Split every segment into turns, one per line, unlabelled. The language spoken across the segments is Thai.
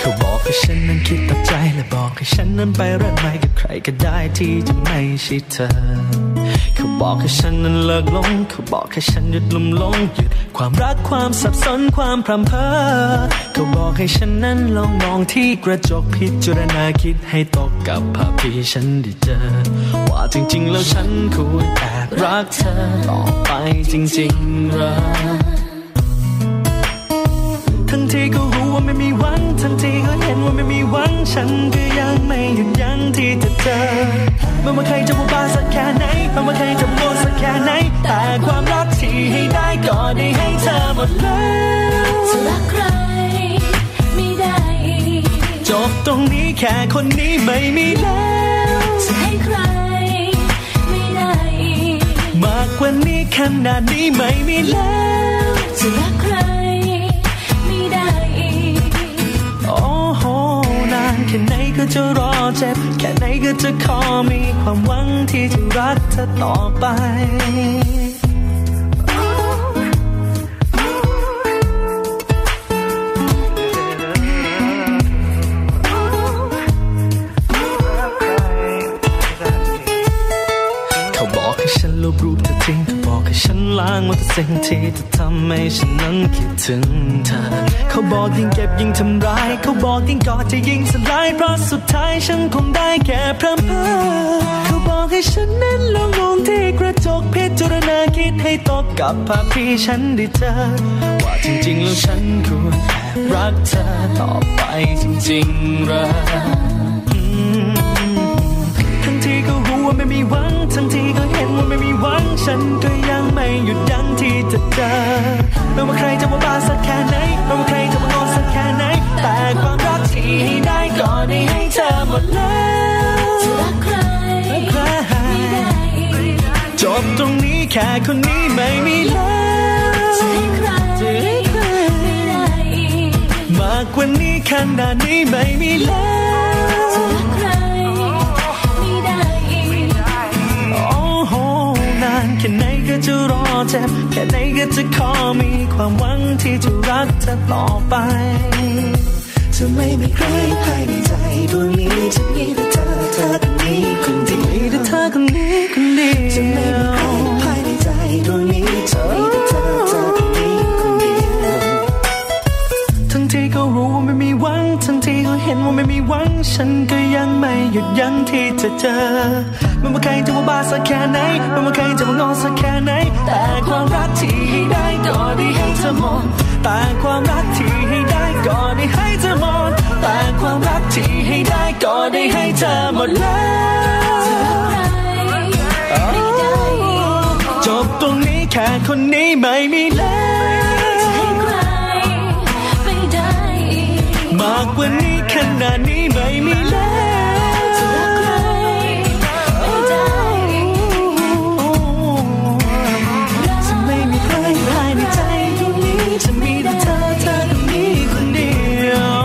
เขาบอกให้ฉันนั้นคิดตัดใจและบอกให้ฉันนั้นไปรักใหม่กับใครก็ได้ที่จะไม่ใช่เธอ เขาบอกให้ฉันนั้นเลิกหลง เขาบอกให้ฉันหยุดลุ่มหลงหยุดความรักความสับสนความพรำเพอเขาบอกให้ฉันนั้นลองมองที่กระจกพิจารณาคิดให้ตกกับภาพที่ฉันได้เจอ ว่าจริง ๆ แล้วฉันควรแอบรักเธอต่อไปจริงๆเหรอ ทั้งที่ก็รู้ว่าไม่มีหวัง ทั้งที่ก็เห็นว่าไม่มีหวัง ฉันก็ยังไม่หยุดยั้งที่จะเจอไม่ว่าใครจะพูดบ้าสักแค่ไหนไม่ว่าใครจะพูดสักแค่ไหน แต่ความรักที่ให้ได้ก็ได้ให้เธอหมดแล้ว
จะรักใครไม่ได้อีก
จบตรงนี้แค่คนนี้ไม่มีแล้ว
จะให้ใครไม่ได้อีก
มากกว่านี้ขนาดนี้ไม่มีแล้ว
จะรักใครไม่ได้อีก
โอ้โหนานแค่ไหนก็จะรอเจ็บ แค่ไหนก็จะขอมีความหวังที่จะรักเธอต่อไป เขาบอกให้ฉันลบรูปเธอทิ้งเขาบอกให้ฉันล้างมันเป็นสิ่งที่จะทำให้ฉันนั้นคิดถึงเธอ เขาบอกยิ่งเก็บยิ่งทำร้าย เขาบอกยิ่งกอดจะยิ่งสลายเพราะสุดท้ายฉันคงได้แค่พรำเพอเขาบอกให้ฉันนั้นลองมองที่กระจกพิจารณาคิดให้ตกกับภาพที่ฉันได้เจอ ว่าจริงๆแล้วฉันควรแอบรักเธอต่อไปจริงๆเหรอ ทั้งที่ก็รู้ว่าไม่มีหวัง ทั้งที่ก็เห็นว่าไม่มีหวัง ฉันก็ยังไม่หยุดยั้งที่จะเจอไม่ว่าใครจะมาบ้าสักแค่ไหนไม่ว่าใครจะมางอนสักแค่ไหน แต่ความรักที่ให้ได้ก็ได้ให้เธอหมดแล้ว
จะรักใครไม่ได้อีก
จบตรงนี้แค่คนนี้ไม่มีแล้ว
จะให้ใครไม่ได้อีก
มากกว่านี้ขนาดนี้ไม่มีแล้ว
จะรักใครไม่ได้อีก
โอ้โหนานแค่ไหนก็จะรอเจ็บแค่ไหนก็จะขอมีความหวังที่จะรักเธอต่อไป
จะไม่มีใครภายในใจดวงนี้จะมีแต่เธอเธอคนนี้คนเดียว
มีแต่เธอคนนี้คนเดี
จะไม่
ย
มี
ว
ใครภายในใจดวงนี้จะมีแต่เธอเธอคนนี้คนเดียว
ทั้งที่ก็รู้ว่าไม่มีหวัง ทั้งที่ก็เห็นว่าไม่มีหวัง ฉันก็ยังไม่หยุดยั้งที่จะเจอไม่ว่าใครจะมาบ้าสักแค่ไหนไม่ว่าใครจะมางอสักแค่ไหน แต่ความรักที่ให้ได้ก็ได้ให้เธอหมดแต่ความรักที่ให้ได้ก็ได้ให้เธอหมดแต่ความรักที่ให้ได้ก็ได้ให้เธอหมดแล้ว
ไม่ได้อีก
จบตรงนี้แค่คนนี้ไม่มีแล้ว
ให้ใครไม่ได้อีก
มากกว่านี้ขนาดนี้ไม่มีแล้ว
จะรักใครไม่ได้อีก
จะไม่มีใครภายในใจดวงนี้จะมีแต่เธอเธอคนนี้คนเดียว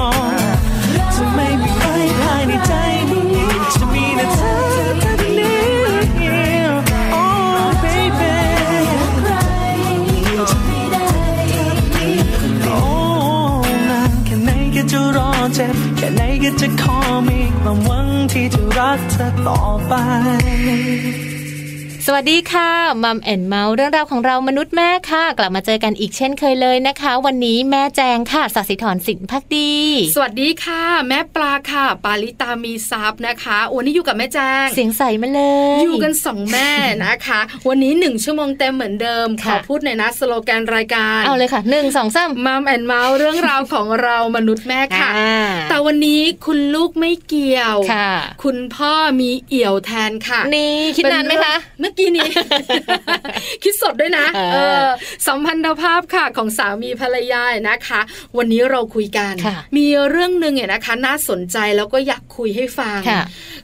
จะไม่มีใครภายในใจดวงนี้จะมีแต่เธอเธอคนนี้คนเดียว Oh baby
ใครไม่ได้อีก
Oh นานแค่ไหนก็จะรอเจ็บแค่ไหนก็จะขอมีความหวังที่จะรักเธอต่อไป
สวัสดีค่ะมัมแอนเมาส์เรื่องราวของเรามนุษย์แม่ค่ะ กลับมาเจอกันอีกเช่นเคยเลยนะคะ วันนี้แม่แจงค่ะสัสิธรสินพักดี
สวัสดีค่ะ แม่ปลาค่ะ ปาลิตามีซับนะคะวันนี้อยู่กับแม่แจ้ง
เสียงใสมาเลย
อยู่กันสองแม่นะคะ วันนี้หนึ่งชั่วโมงเต็มเหมือนเดิมขอ
ค่ะ
พูดหน่อยนะสโลแกนรายการ
เอาเลยค่ะหนึ่งสองสาม
มัมแอนเมาส์เรื่องราวของเรามนุษย์แม่ค่ะ
อ่า
แต่วันนี้คุณลูกไม่เกี่ยว
ค่ะ
คุณพ่อมีเอี่ยวแทนค่ะ
นี่คิดนานไหมคะ
เป็เรื่องไม่ กี้นี้ คิดสดด้วยนะ
เออ
เออสัมพันธภาพค่ะของสามีภรรยาเนี่ยนะคะ วันนี้เราคุยกัน
ค่ะ
มีเรื่องหนึ่งเนี่ยนะคะ น่าสนใจแล้วก็อยากคุยให้ฟัง
ค่ะ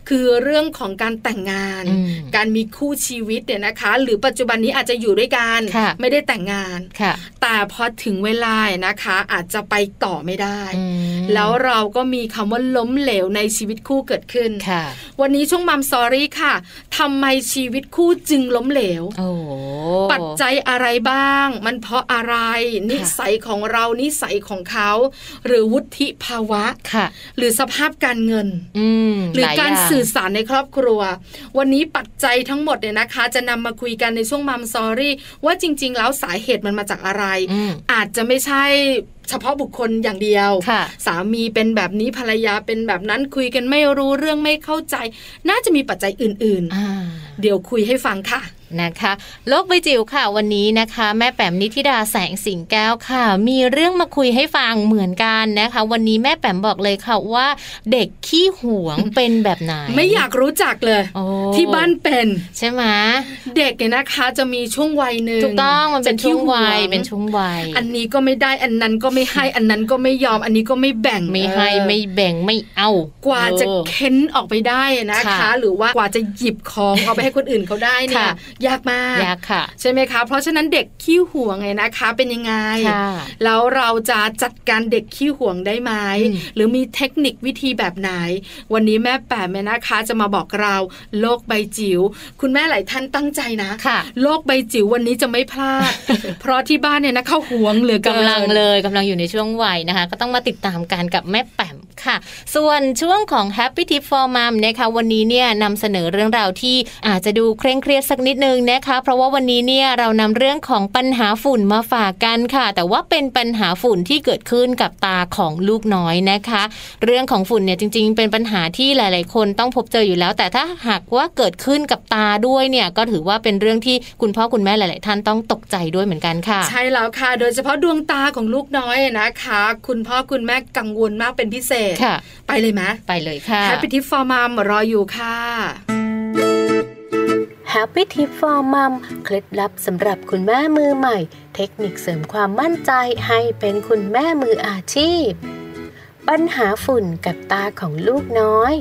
คือเรื่องของการแต่งงาน
อืม
การมีคู่ชีวิตเนี่ยนะคะ หรือปัจจุบันนี้อาจจะอยู่ด้วยกัน
ค่ะ
ไม่ได้แต่งงาน
ค่ะ
แต่พอถึงเวลาเนี่ยนะคะ อาจจะไปต่อไม่ได้
อืม
แล้วเราก็มีคำว่าล้มเหลวในชีวิตคู่เกิดขึ้น
ค่ะ
วันนี้ช่วงมัมสอรี่ค่ะทำไมชีวิตคู่จึงล้มเหลว
โอ้โห
ปัจจัยอะไรบ้าง มันเพราะอะไร นิสัยของเรา นิสัยของเขา หรือวุฒิภาวะ
ค่ะ
หรือสภาพการเงิน
อืม
หรือ
ลย
การ
ย่ง
สื่อสารในครอบครัว วันนี้ปัจจัยทั้งหมดเนี่ยนะคะ จะนำมาคุยกันในช่วงมัมซอรี่ว่าจริง ๆ แล้วสาเหตุมันมาจากอะไร
อืม
อาจจะไม่ใช่เฉพาะบุคคลอย่างเดียว
ค่ะ
สามีเป็นแบบนี้ภรรยาเป็นแบบนั้นคุยกันไม่รู้เรื่องไม่เข้าใจ น่าจะมีปัจจัยอื่น
อ่า
ๆ เดี๋ยวคุยให้ฟังค่ะ
นะคะโลกใบจิ๋วค่ะวันนี้นะคะ แม่แปมนิธิดาแสงสิงแก้วค่ะ มีเรื่องมาคุยให้ฟังเหมือนกันนะคะ วันนี้แม่แปมบอกเลยค่ะว่า เด็กขี้หวง เป็นแบบไหน
ไม่อยากรู้จักเลย
โอ้
ที่บ้านเป็น
ใช่ไหม
เด็กเนี่ยนะคะ จะมีช่วงวัยหนึ่ง
ถูกต้องมันเป็น
จะ
ช่
ขี้
วง
ห
วัยเป็นช่วงวัย
อันนี้ก็ไม่ได้อันนั้นก็ไม่ให้อันนั้นก็ไม่ยอม อันนี้ก็ไม่แบ่ง
ไม่ให้
เออ
ไม่แบ่งไม่เอา
กว่าจะ
เออ
เค้นออกไปได้นะคะ
ค่ะ
หรือว่ากว่าจะหยิบของเอาไปให้คนอื่นเขาได้เนี่ย
ค่ะ
ยากมาก
ยากค่ะ
ใช่ไหมคะ เพราะฉะนั้นเด็กขี้ห่วงไงนะคะ เป็นยังไง
ค่ะ
แล้วเราจะจัดการเด็กขี้ห่วงได้ไหม
อืม
หรือมีเทคนิควิธีแบบไหน วันนี้แม่แปมเนี่ยนะคะ จะมาบอกเราโลกใบจิ๋วคุณแม่หลายท่านตั้งใจนะ
ค่ะ
โลกใบจิ๋ววันนี้จะไม่พลา ด เพราะที่บ้านเนี่ยนะเข้าห่วงเหลือเน
กำลังเลยกำลังอยู่ในช่วงวัยนะคะ ก็ต้องมาติดตามกันกับแม่แปมค่ะ ส่วนช่วงของ Happy Tip for Mom นะคะวันนี้เนี่ยนำเสนอเรื่องราวที่อาจจะดูเคร่งเครียดสักนิดนึงนะคะ เพราะว่าวันนี้เนี่ยเรานำเรื่องของปัญหาฝุ่นมาฝากกันค่ะ แต่ว่าเป็นปัญหาฝุ่นที่เกิดขึ้นกับตาของลูกน้อยนะคะ เรื่องของฝุ่นเนี่ยจริง ๆ เป็นปัญหาที่หลาย ๆ คนต้องพบเจออยู่แล้ว แต่ถ้าหากว่าเกิดขึ้นกับตาด้วยเนี่ยก็ถือว่าเป็นเรื่องที่คุณพ่อคุณแม่หลาย ๆ ท่านต้องตกใจด้วยเหมือนกันค่ะ
ใช่แล้วค่ะ โดยเฉพาะดวงตาของลูกน้อยนะคะ คุณพ่อคุณแม่กังวลมากเป็นพิเศษ
ค่ะ
ไปเลยไหม
ไปเลยค่ะ
แฮปปี้ทิฟฟอร์มามรออยู่ค่ะ
Happy Tip for Mom เคล็ดลับสำหรับคุณแม่มือใหม่ เทคนิคเสริมความมั่นใจให้เป็นคุณแม่มืออาชีพ ปัญหาฝุ่นกับตาของลูกน้อย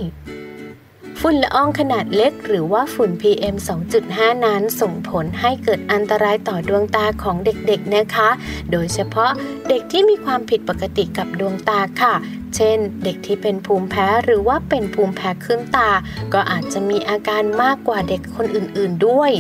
ฝุ่นละอองขนาดเล็กหรือว่าฝุ่น PM 2.5 นั้นส่งผลให้เกิดอันตรายต่อดวงตาของเด็กๆนะคะ โดยเฉพาะเด็กที่มีความผิดปกติกับดวงตาค่ะ เช่น เด็กที่เป็นภูมิแพ้หรือว่าเป็นภูมิแพ้ขึ้นตา ก็อาจจะมีอาการมากกว่าเด็กคนอื่นๆด้วย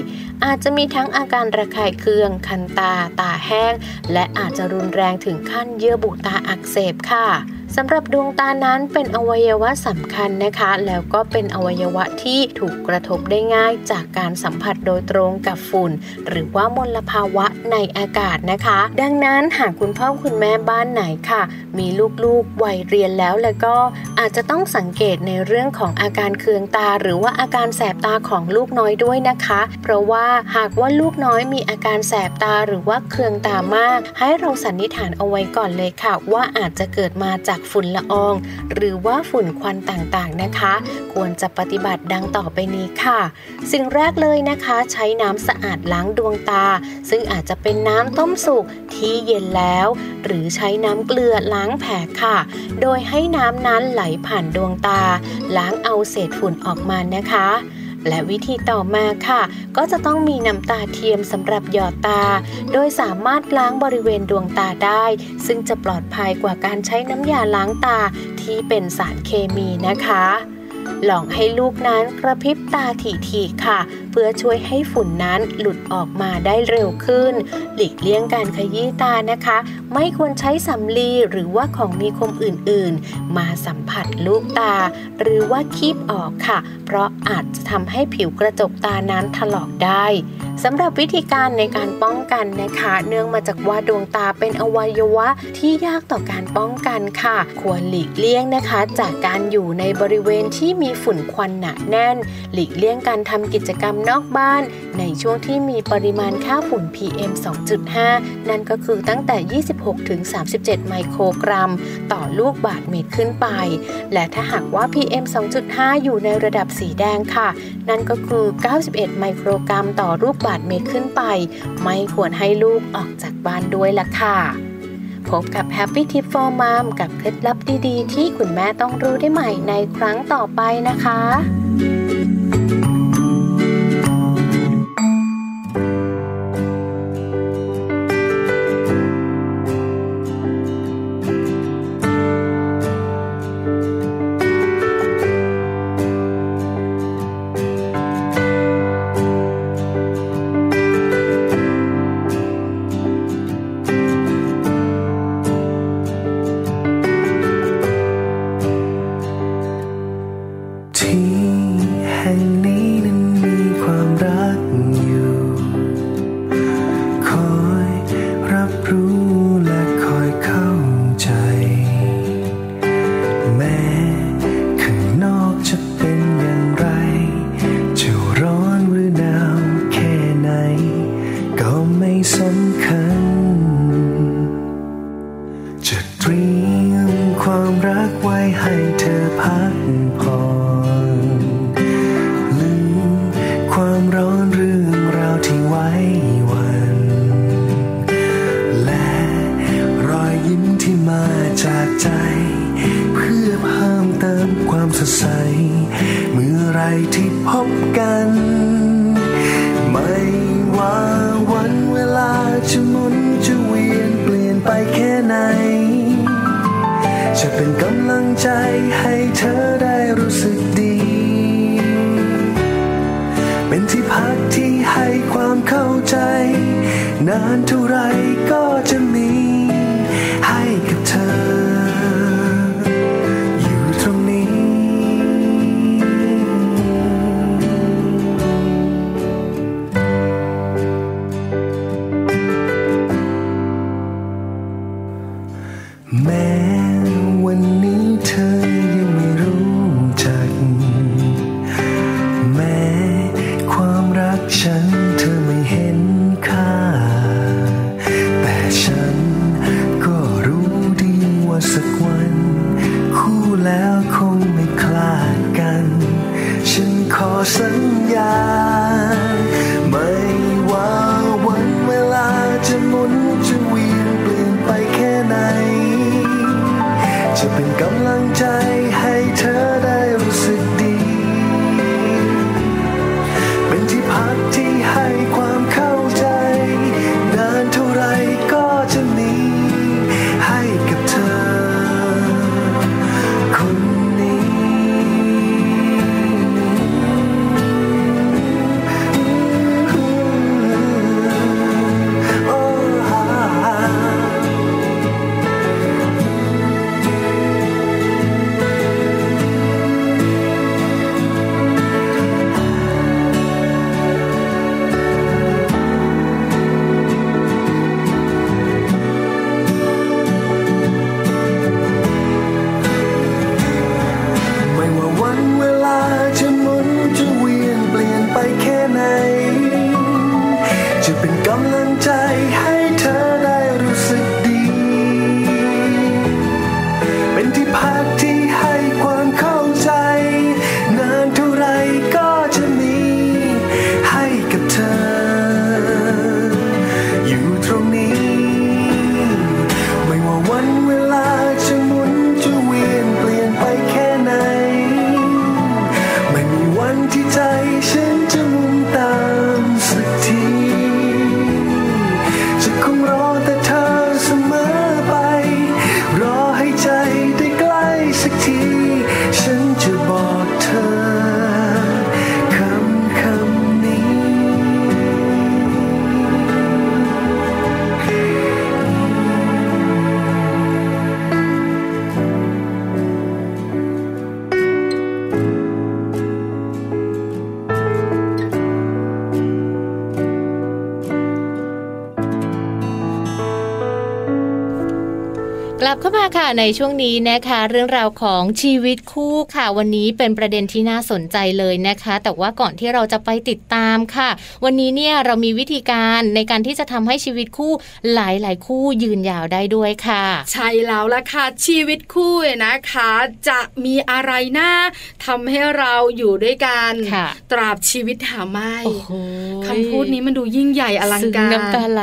อาจจะมีทั้งอาการระคายเคือง คันตา ตาแห้ง และอาจจะรุนแรงถึงขั้นเยื่อบุตาอักเสบค่ะสำหรับดวงตานั้นเป็นอวัยวะสำคัญนะคะ แล้วก็เป็นอวัยวะที่ถูกกระทบได้ง่ายจากการสัมผัสโดยตรงกับฝุ่น หรือว่ามลภาวะในอากาศนะคะ ดังนั้นหากคุณพ่อคุณแม่บ้านไหนค่ะ มีลูกๆวัยเรียนแล้วแล้วก็อาจจะต้องสังเกตในเรื่องของอาการเคืองตา หรือว่าอาการแสบตาของลูกน้อยด้วยนะคะ เพราะว่าหากว่าลูกน้อยมีอาการแสบตาหรือว่าเคืองตามาก ให้เราสันนิษฐานเอาไว้ก่อนเลยค่ะ ว่าอาจจะเกิดมาจากฝุ่นละออง หรือว่าฝุ่นควันต่างๆนะคะ ควรจะปฏิบัติดังต่อไปนี้ค่ะ สิ่งแรกเลยนะคะ ใช้น้ำสะอาดล้างดวงตา ซึ่งอาจจะเป็นน้ำต้มสุกที่เย็นแล้ว หรือใช้น้ำเกลือล้างแผลค่ะ โดยให้น้ำนั้นไหลผ่านดวงตา ล้างเอาเศษฝุ่นออกมานะคะ และวิธีต่อมาค่ะ ก็จะต้องมีน้ำตาเทียมสำหรับหยอดตา โดยสามารถล้างบริเวณดวงตาได้ ซึ่งจะปลอดภัยกว่าการใช้น้ำยาล้างตาที่เป็นสารเคมีนะคะ ลองให้ลูกนั้นกระพริบตาถี่ๆค่ะ เพื่อช่วยให้ฝุ่นนั้นหลุดออกมาได้เร็วขึ้น หลีกเลี่ยงการขยี้ตานะคะ ไม่ควรใช้สำลีหรือว่าของมีคมอื่นๆ มาสัมผัสลูกตา หรือว่าคีบออกค่ะ เพราะอาจจะทำให้ผิวกระจกตานั้นถลอกได้สำหรับวิธีการในการป้องกันนะคะ เนื่องมาจากว่าดวงตาเป็นอวัยวะที่ยากต่อการป้องกันค่ะ ควรหลีกเลี่ยงนะคะ จากการอยู่ในบริเวณที่มี ฝุ่นควันหนาแน่น หลีกเลี่ยงการทำกิจกรรมนอกบ้าน ในช่วงที่มีปริมาณค่าฝุ่น PM 2.5 นั่นก็คือตั้งแต่ 26 ถึง 37 ไมโครกรัม ต่อลูกบาทเมตรขึ้นไป และถ้าหากว่า PM 2.5 อยู่ในระดับสีแดงค่ะ นั่นก็คือ 91 ไมโครกรัมต่อลูกบาทเมตรขึ้นไป ไม่ควรให้ลูกออกจากบ้านด้วยล่ะค่ะ พบกับ Happy Tip for Mom กับเคล็ดลับดีๆ ที่คุณแม่ต้องรู้ได้ใหม่ในครั้งต่อไปนะคะ
ที่แห่งนี้นั้นมีความรักอยู่ คอยรับรู้และคอยเข้าใจ แม้ข้างนอกจะเป็นอย่างไร จะร้อนหรือหนาวแค่ไหน ก็ไม่สำคัญ จะเตรียมความรักไว้ให้เธอพักผ่อนลืมความร้อนเรื่องราวที่ไว้วัน และรอยยิ้มที่มาจากใจ เพื่อเพิ่มเติมความสดใส เมื่อไรที่พบกัน ไม่ว่าวันเวลาจะหมุนจะเวียนเปลี่ยนไปแค่ไหน จะเป็นกำลังใจให้เธอได้รู้สึกดี เป็นที่พักที่ให้ความเข้าใจ นานเท่าไรก็จะมี ให้กับเธอ อยู่ตรงนี้ แม้วันนี้เธอยังไม่รู้จัก แม้ความรักฉันเธอไม่เห็นค่า แต่ฉันก็รู้ดีว่าสักวัน คู่แล้วคงไม่คลาดกัน ฉันขอสัญญา ไม่ว่าวันเวลาจะหมุนจะเวียนเปลี่ยนไปแค่ไหน จะเป็นกำลังใจให้เธอได้รู้สึกดี เป็นที่พักที่ให้ความเข้าใจ นานเท่าไรก็จะมีให้กับเธอ คนนี้
ลับเข้ามาค่ะในช่วงนี้นะคะ เรื่องราวของชีวิตคู่ค่ะ วันนี้เป็นประเด็นที่น่าสนใจเลยนะคะ แต่ว่าก่อนที่เราจะไปติดตามค่ะ วันนี้เนี่ยเรามีวิธีการในการที่จะทำให้ชีวิตคู่หลายๆ คู่ยืนยาวได้ด้วยค่ะ
ใช่แล้วล่ะค่ะชีวิตคู่เนี่ยนะคะ จะมีอะไรน่าทำให้เราอยู่ด้วยกัน
ค่ะ
ตราบชีวิตหาไม่
โอ้โห
คำพูดนี้มันดูยิ่งใหญ่อลัง
ซึ้
การ
น้ำตา ไหล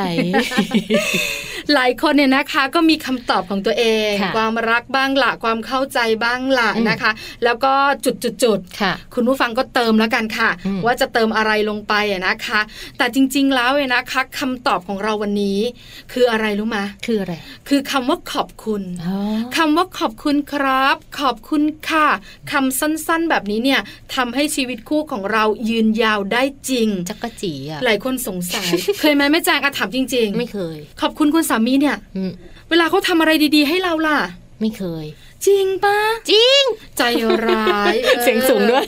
หลายคนเนี่ยนะคะก็มีคำตอบของตัวเอง
ค่ะ
ความรักบ้างละความเข้าใจบ้างละ
อืม
นะคะ แล้วก็จุดจุดจุดๆๆ
ค่ะ
คุณผู้ฟังก็เติมแล้วกันค่ะ
อืม
ว่าจะเติมอะไรลงไปอะนะคะ แต่จริงๆแล้วเนี่ยนะคะคำตอบของเราวันนี้ คืออะไรรู้ไหม
คืออะไร
คือคำว่าขอบคุณ
อ๋อ
คำว่าขอบคุณครับ ขอบคุณค่ะคำสั้นๆแบบนี้เนี่ยทำให้ชีวิตคู่ของเรายืนยาวได้จริง
จักรจีอ่ะ
หลายคนสงสัย เคยไหมแม่แจงอะถามจริง
ไม่เคย
ๆ ขอบคุณคุณสามีเนี่ย
อืม
เวลาเขาทำอะไรดีๆ ให้เราล่ะ
ไม่เคย
จริงปะ
จริง
ใจร้ายออ
เสียงสูงด้วย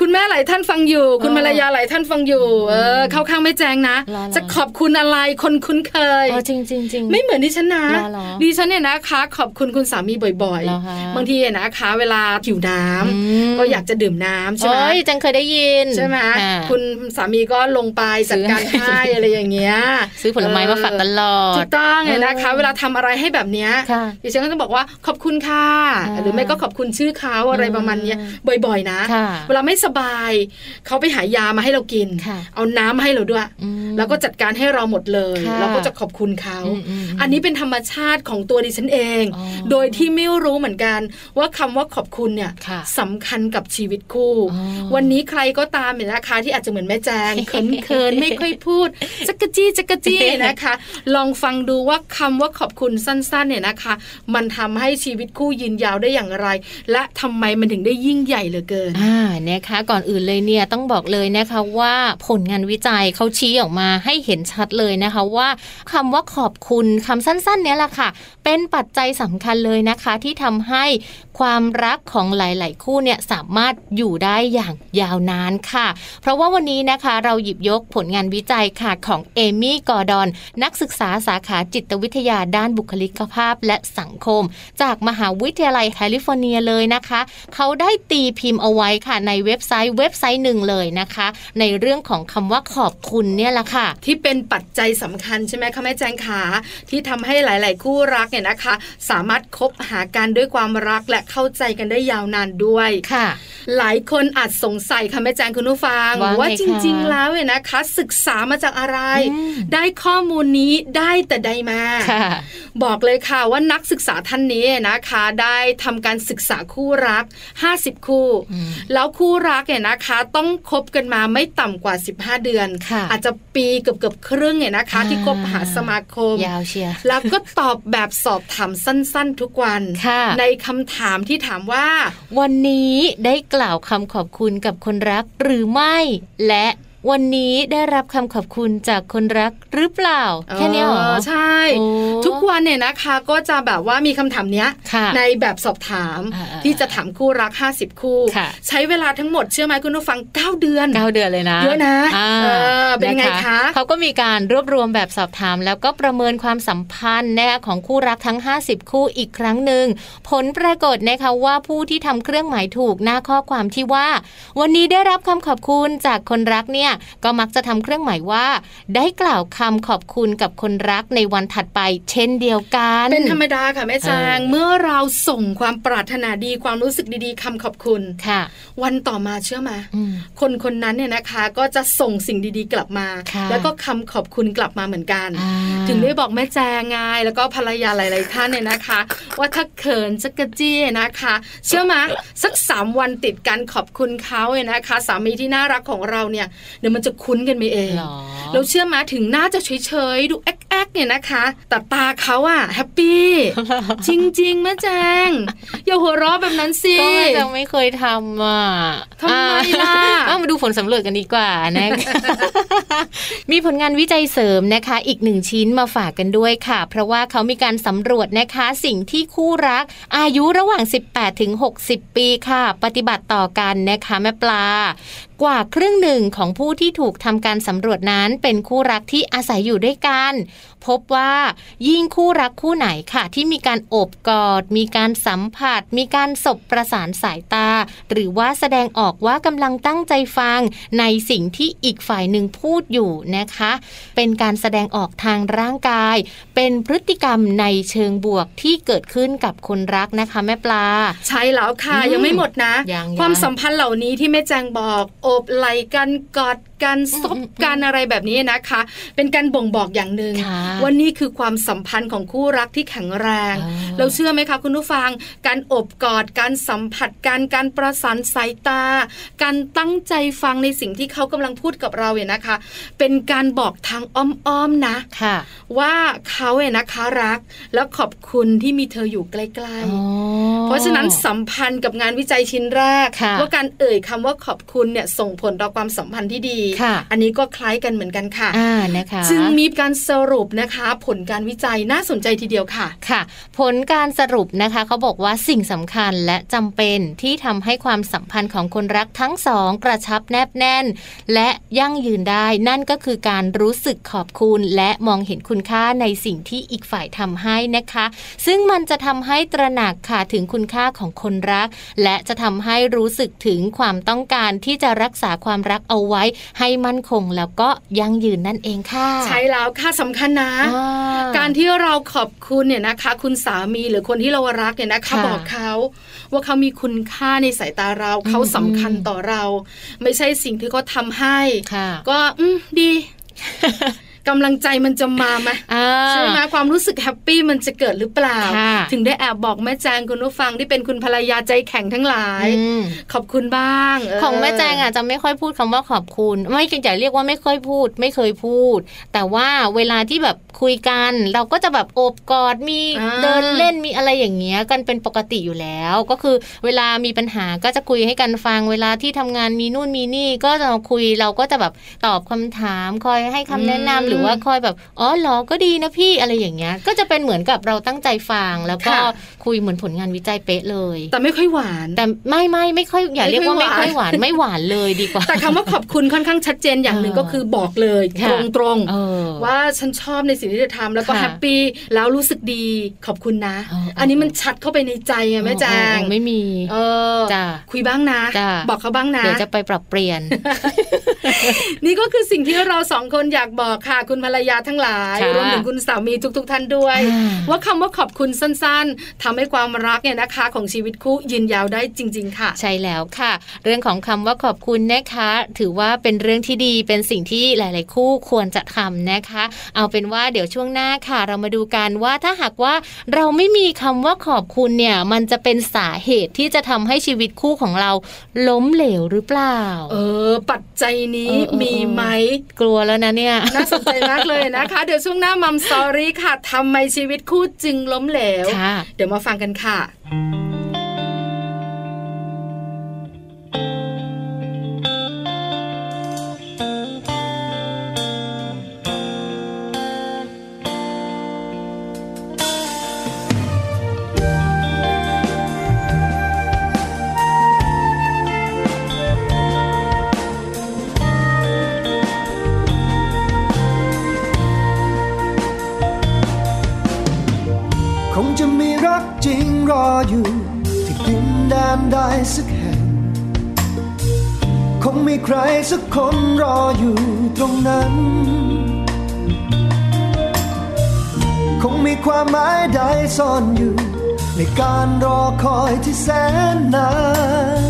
คุณแม่หลายท่านฟังอยู่ คุณ
เออ
ภรรยาหลายท่านฟังอยู่ เออเข้าข้างไม่แจงนะ
รอๆ
จะขอบคุณอะไรคนคุ้นเคย
เออจริงจริงจริง
ไม่เหมือนดิฉันนะ
รอเหรอ
ดิฉันเนี่ยนะคะ ขอบคุณคุณสามีบ่อย
เหรอคะ
บางทีเนี่ยนะคะ เวลาหิวน้ำ
อืม
ก็อยากจะดื่มน้ำใช่ไหม
โอ้ยจังเคยได้ยิน
ใช่ไหม
อ่า
คุณสามีก็ลงไปจัดการ
ซื้อให้
ให้อะไรอย่างเงี้ย
ซื้อผลไม้มาฝากตลอ
ถู
ด
กต้องเลยนะคะ เวลาทำอะไรให้แบบเนี้ย
ค่ะ
ดิฉันก็จะบอกว่าขอบคุณค่ะ
อ่า
หรือไม่ก็ขอบคุณชื่อเขาอะไรประมาณเนี้ยบ่อย ๆ นะ
ค่ะ
เวลาไม่สบาย เขาไปหายามาให้เรากิน
ค่ะ
เอาน้ำมาให้เราด้วย
อืม
แล้วก็จัดการให้เราหมดเลย
ค่ะ
เราก็จะขอบคุณเขา
อืมอืมอืม
อันนี้เป็นธรรมชาติของตัวดิฉันเอง
อ๋อ
โดยที่ไม่รู้เหมือนกันว่าคำว่าขอบคุณเนี่ย
ค่ะ
สำคัญกับชีวิตคู่
อ๋อ
วันนี้ใครก็ตามเนี่ยนะคะ ที่อาจจะเหมือนแม่แจ ง เขินเขินไม่ค่อยพูดจักกะจี้จักกะจี้นะคะ ลองฟังดูว่าคำว่าขอบคุณสั้นๆเนี่ยนะคะ มันทำให้ชีวิตคู่ยืนยาวได้อย่างไร และทำไมมันถึงได้ยิ่งใหญ่เหลือเกิน
่านะคะก่อนอื่นเลยเนี่ยต้องบอกเลยนะคะว่าผลงานวิจัยเขาชี้ออกมาให้เห็นชัดเลยนะคะว่าคำว่าขอบคุณคำสั้นๆ เนี้ยแหละค่ะ เป็นปัจจัยสำคัญเลยนะคะ ที่ทำให้ความรักของหลาย ๆ คู่เนี่ยสามารถอยู่ได้อย่างยาวนานค่ะ เพราะว่าวันนี้นะคะเราหยิบยกผลงานวิจัยค่ะของเอมี่กอร์ดอน นักศึกษาสาขาจิตวิทยาด้านบุคลิกภาพและสังคม จากมหาวิทยาลัยแคลิฟอร์เนียเลยนะคะ เขาได้ตีพิมพ์เอาไว้ค่ะในเว็บไซต์เว็บไซต์หนึ่งเลยนะคะ ในเรื่องของคำว่าขอบคุณเนี่ยแหละค่ะ
ที่เป็นปัจจัยสำคัญใช่ไหมคะแม่แจงขาที่ทำให้หลาย ๆ คู่รักเนี่ยนะคะ สามารถคบหากันด้วยความรักและเข้าใจกันได้ยาวนานด้วย
ค่ะ
หลายคนอาจสงสัยค่ะแม่แจงคุณผู้ฟัง
ว่าไง
จ
คะ
ริง ๆ แล้วเนี่ยนะคะ ศึกษามาจากอะไร
อืม
ได้ข้อมูลนี้ได้แต่ใดมา
ค่ะ
บอกเลยค่ะว่านักศึกษาท่านนี้นะคะ ได้ทำการศึกษาคู่รัก 50 คู่
อืม
แล้วคู่รักเนี่ยนะคะ ต้องคบกันมาไม่ต่ำกว่า 15 เดือน
ค่ะ
อาจจะปีเกือบเกือบๆครึ่งเนี่ยนะคะ
อ่า
ที่คบหาสมาคม
ยาวเชียร์
แล้วก็ตอบแบบสอบถามสั้นๆ ทุกวัน
ค่ะ
ในคำถามที่ถามว่า
วันนี้ได้กล่าวคำขอบคุณกับคนรักหรือไม่ และวันนี้ได้รับคำขอบคุณจากคนรักหรือเปล่า แค่เนี้ยเหรอ
ใช่
โอ้
ทุกวันเนี่ยนะคะก็จะแบบว่ามีคำถามเนี้ย
ค่ะ
ในแบบสอบถาม
อ่าๆ
ที่จะถามคู่รัก 50 คู่
ค่ะ
ใช้เวลาทั้งหมดเชื่อไหมคุณผู้ฟัง 9 เดือน
เก้าเดือนเลยนะ
เยอะนะ
า
เออเป็นไง
น
คะ
เขาก็มีการรวบรวมแบบสอบถาม แล้วก็ประเมินความสัมพันธ์นะคะของคู่รักทั้ง 50 คู่อีกครั้งหนึ่ง ผลปรากฏนะคะว่าผู้ที่ทำเครื่องหมายถูกหน้าข้อความที่ว่า วันนี้ได้รับคำขอบคุณจากคนรักเนี่ย ก็มักจะทำเครื่องหมายว่า ได้กล่าวคำขอบคุณกับคนรักในวันถัดไป เช่นเดียวกัน
เป็นธรรมดาค่ะแม่จาง
เออ
เมื่อเราส่งความปรารถนาดีความรู้สึกดีๆคำขอบคุณ
ค่ะ
วันต่อมาเชื่อไหมา
อืม
คนคนนั้นเนี่ยนะคะก็จะส่งสิ่งดีๆกลับมา
ค่ะ
แล้วก็คำขอบคุณกลับมาเหมือนกัน
อ่า
ถึงได้บอกแม่แจงไงแล้วก็ภรรยาหลาย ๆ ท่านเนี่ยนะคะ ว่าถ้าเขินจักกะจี้นะคะ เชื่อไหมสักสามวันติดกันขอบคุณเขาเนี่ยนะคะ สามีที่น่ารักของเราเนี่ยเดี๋ยวมันจะคุ้นกันไปเอง
หรอ
แล้วเชื่อไหมถึงหน้าจะเฉย ๆ ดูแอ๊กแอกๆเนี่ยนะคะ แต่ตาเขาอะแฮป ปี้จริง ๆ แม่แจง อย่าหัวเราะแบบนั้นสิ
ก็ยังไม่เคยทำอ่ะ
ทำไมล่ะ
อ่ เอามาดูผลสำรวจกันดีกว่า นะคะ มีผลงานวิจัยเสริมนะคะ อีกหนึ่งชิ้นมาฝากกันด้วยค่ะ เพราะว่าเขามีการสำรวจนะคะ สิ่งที่คู่รัก อายุระหว่าง 18 ถึง 60 ปีค่ะ ปฏิบัติต่อกันนะคะแม่ปลา กว่าครึ่งหนึ่งของผู้ที่ถูกทำการสำรวจนั้นเป็นคู่รักที่อาศัยอยู่ด้วยกัน ผ พบว่า ยิ่งคู่รักคู่ไหนค่ะ ที่มีการโอบกอด มีการสัมผัส มีการสบประสานสายตา หรือว่าแสดงออกว่ากำลังตั้งใจฟัง ในสิ่งที่อีกฝ่ายหนึ่งพูดอยู่นะคะ เป็นการแสดงออกทางร่างกาย เป็นพฤติกรรมในเชิงบวกที่เกิดขึ้นกับคนรักนะคะแม่ปลา
ใช่แล้วค่ะ
อืม
ยังไม่หมดนะ
ยัง
ความ
ยัง
สัมพันธ์เหล่านี้ที่แม่แจงบอกโอบไหลกันกอดกันซบกันอะไรแบบนี้นะคะ เป็นการบ่งบอกอย่างหนึ่ง
ค่ะ
ว่านี่คือความสัมพันธ์ของคู่รักที่แข็งแรง
อ๋อ
เราเชื่อไหมคะคุณผู้ฟัง การโอบกอดการสัมผัสการการประสานสายตา การตั้งใจฟังในสิ่งที่เขากำลังพูดกับเราเนี่ยนะคะ เป็นการบอกทางอ้อมๆนะ
ค่ะ
ว่าเขาเนี่ยนะคะรัก แล้วขอบคุณที่มีเธออยู่ใกล้ๆ เพราะฉะนั้นสัมพันธ์กับงานวิจัยชิ้นแรก
ค่ะ
ว่าการเอ่ยคำว่าขอบคุณเนี่ยส่งผลต่อความสัมพันธ์ที่ดี
ค่ะ
อันนี้ก็คล้ายกันเหมือนกันค่ะ
อ่านะคะ
จึงมีการสรุปนะคะ ผลการวิจัยน่าสนใจทีเดียวค่ะ
ค่ะ ผลการสรุปนะคะเขาบอกว่าสิ่งสำคัญและจำเป็นที่ทำให้ความสัมพันธ์ของคนรักทั้งสอง กระชับแนบแน่น และยั่งยืนได้ นั่นก็คือการรู้สึกขอบคุณและมองเห็นคุณค่าในสิ่งที่อีกฝ่ายทำให้นะคะ ซึ่งมันจะทำให้ตระหนักค่ะถึงคุณค่าของคนรัก และจะทำให้รู้สึกถึงความต้องการที่จะรักษาความรักเอาไว้ ให้มั่นคงแล้วก็ยั่งยืนนั่นเองค่ะ
ใช้แล้วค่ะสำคัญนะ
อ่า
การที่เราขอบคุณเนี่ยนะคะ คุณสามีหรือคนที่เรารักเนี่ยนะคะ
ค่ะ
บอกเขาว่าเขามีคุณค่าในสายตาเราเขาสำคัญต่อเรา ไม่ใช่สิ่งที่เขาทำให้
ค่ะ
ก็อืมดีกำลังใจมันจะมาไหม
อ่า
ใช่ไหมความรู้สึกแฮปปี้มันจะเกิดหรือเปล่า
ค่ะ
ถึงได้แอบบอกแม่แจงคุณผู้ฟังที่เป็นคุณภรรยาใจแข็งทั้งหลาย
อืม
ขอบคุณบ้างเ
ของแม่แจงอ่ะจะไม่ค่อยพูดคำว่าขอบคุณ ไม่จะเรียกว่าไม่ค่อยพูด ไม่เคยพูด แต่ว่าเวลาที่แบบคุยกัน เราก็จะแบบโอบกอดมี
อ่า
เดินเล่นมีอะไรอย่างเงี้ยกันเป็นปกติอยู่แล้ว ก็คือเวลามีปัญหาก็จะคุยให้กันฟัง เวลาที่ทำงานมีนู่นมีนี่ ก็จะมาคุยเราก็จะแบบตอบคำถาม คอยให้คำแนะนำหรือว่าคอยแบบอ๋อเหรอก็ดีนะพี่อะไรอย่างเงี้ยก็จะเป็นเหมือนกับเราตั้งใจฟัง แล้วก็คุยเหมือนผลงานวิจัยเป๊ะเลย
แต่ไม่ค่อยหวาน
แต่ไม่ไม่ไม่ค่อยอย่าเรียกว่าไม่ค่อยหวานไม่หวานเลยดีกว่า
แต่คำว่าขอบคุณค่อนข้างชัดเจนอย่างหนึ่งก็คือบอกเลย
ค่ะ
ตรง
เออ
ๆว่าฉันชอบในสิ่งที่เธอทำแล้วก็
ค่ะ
แฮปปี้แล้วรู้สึกดีขอบคุณนะ
เออเอออั
อันนี้มันชัดเข้าไปในใจไงแม่แจง
เออเออไม่มี
เออ
จ้ะ
คุยบ้างนะ
จ้ะ
บอกเขาบ้างนะ
เดี๋ยวจะไปปรับเปลี่ยน
นี่ก็คือสิ่งที่เราสองคนอยากบอกค่ะ คุณภรรยาทั้งหลาย
ค่ะ
รวมถึงคุณสามีทุก ๆ ท่านด้วย
อ่า
ว่าคำว่าขอบคุณสั้นๆทำให้ความรักเนี่ยนะคะ ของชีวิตคู่ยืนยาวได้จริง ๆ ค่ะ
ใช่แล้วค่ะ เรื่องของคำว่าขอบคุณนะคะ ถือว่าเป็นเรื่องที่ดีเป็นสิ่งที่หลาย ๆ คู่ควรจะทำนะคะ เอาเป็นว่าเดี๋ยวช่วงหน้าค่ะ เรามาดูกันว่าถ้าหากว่าเราไม่มีคำว่าขอบคุณเนี่ย มันจะเป็นสาเหตุที่จะทำให้ชีวิตคู่ของเราล้มเหลวหรือเปล่า
เออ ปัจจัยนี้
เออเออ
มีไหม
กลัวแล้วนะเนี่ย
น่าสนใจมากเลยนะคะ เดี๋ยวช่วงหน้ามัมสอรี่ค่ะทำไมชีวิตคู่จึงล้มเหลว
ค่ะ
เดี๋ยวมาฟังกันค่ะ
คงจะมีรักจริงรออยู่ที่ดินแดนใดสักแห่ง คงมีใครสักคนรออยู่ตรงนั้น คงมีความหมายใดซ่อนอยู่ ในการรอคอยที่แสนนาน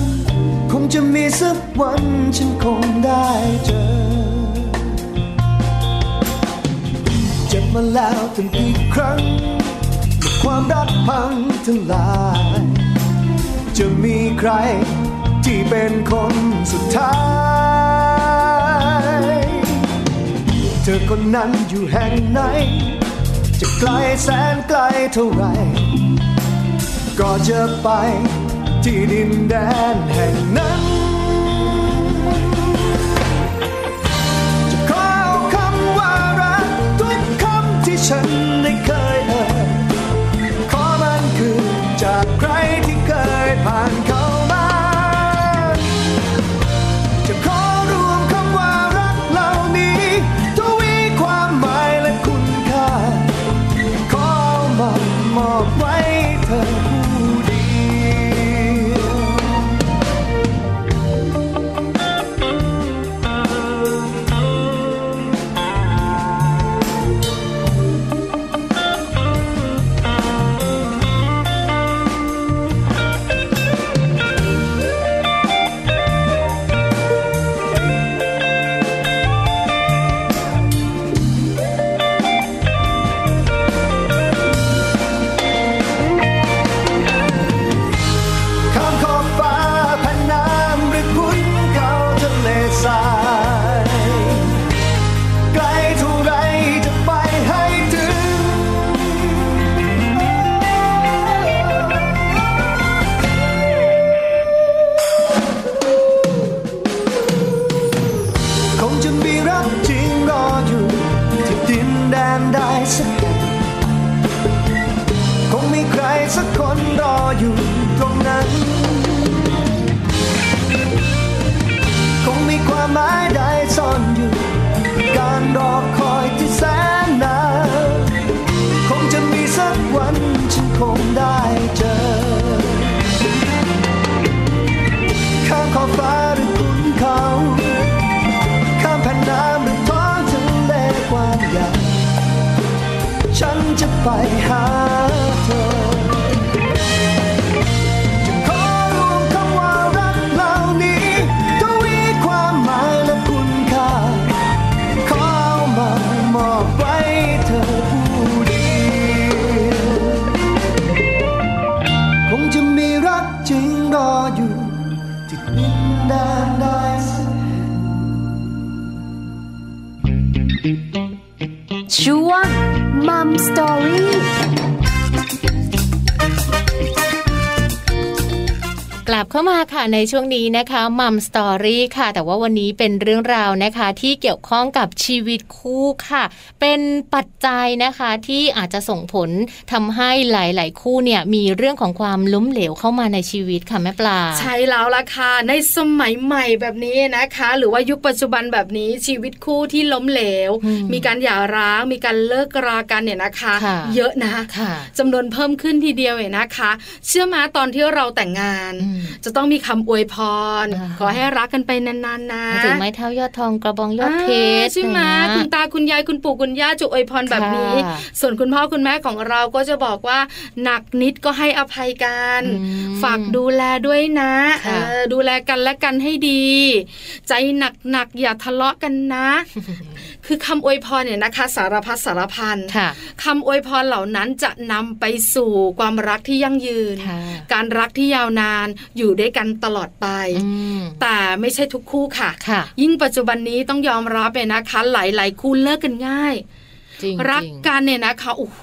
คงจะมีสักวันฉันคงได้เจอ เจ็บมาแล้วตั้งกี่ครั้ง ความรักพังทั้งหลาย จะมีใครที่เป็นคนสุดท้าย เธอคนนั้นอยู่แห่งไหน จะไกลแสนไกลเท่าไหรก็จะไปที่ดินแดนแห่งนั้น จะขอเอาคำว่ารักทุกคำที่ฉันได้เคยเอ่ย ขอมันคือจากใครที่เคยผ่านเข้ามา จะขอรวมคำว่ารักเหล่านี้ทวีความหมายและคุณค่า ความหมายใดซ่อนอยู่ การรอคอยที่แสนนานคงจะมีสักวันฉันคงได้เจอ ข้ามขอบฟ้าหรือขุนเขา ข้ามแผ่นน้ำหรือท้องทะเลกว้างใหญ่ฉันจะไปหาเธอ จะขอรวมคำว่ารักเหล่านี้ทวีความหมายและคุณค่า ขอเอามามอบไว้เธอผู้เดียวคงจะมีรักจริงรออยู่ ที่ดินแดนใดสัก
ช่วงมัมสตอรี่
กลับเข้ามาค่ะในช่วงนี้นะคะมัมสตอรี่ค่ะ แต่ว่าวันนี้เป็นเรื่องราวนะคะ ที่เกี่ยวข้องกับชีวิตคู่ค่ะ เป็นปัจจัยนะคะที่อาจจะส่งผลทำให้หลาย ๆ คู่เนี่ยมีเรื่องของความล้มเหลวเข้ามาในชีวิตค่ะแม่ปลา
ใช่แล้วล่ะค่ะในสมัยใหม่แบบนี้นะคะ หรือว่ายุคปัจจุบันแบบนี้ชีวิตคู่ที่ล้มเหลว
อืม
มีการหย่าร้างมีการเลิกรากันเนี่ยนะคะ
ค่ะ
เยอะนะ
ค่ะ
จำนวนเพิ่มขึ้นทีเดียวเนี่ยนะคะ เชื่อมาตอนที่เราแต่งงาน
อืม
จะต้องมีคำอวยพร
อ่า
ขอให้รักกันไปนานๆนะ
ถึงไม้เท้ายอดทองกระบองยอดเพชร
อ่าใช่ไหม
นะ
คุณตาคุณยายคุณปู่คุณย่าจะอวยพรแบบนี้
ค่ะ
ส่วนคุณพ่อคุณแม่ของเราก็จะบอกว่าหนักนิดก็ให้อภัยกัน
อืม
ฝากดูแลด้วยนะ
ค่ะ
เออดูแลกันและกันให้ดี ใจหนักๆอย่าทะเลาะกันนะ คือคำอวยพรเนี่ยนะคะ สารพัดสารพัน
ค่ะ
คำอวยพรเหล่านั้นจะนำไปสู่ความรักที่ยั่งยืน
ค่ะ
การรักที่ยาวนานอยู่ด้วยกันตลอดไป
อืม
แต่ไม่ใช่ทุกคู่ค่ะ
ค่ะ
ยิ่งปัจจุบันนี้ต้องยอมรับเลยนะคะ หลาย ๆ คู่เลิกกันง่าย
จริง
รัก
กัน
กันเนี่ยนะคะโอ้โห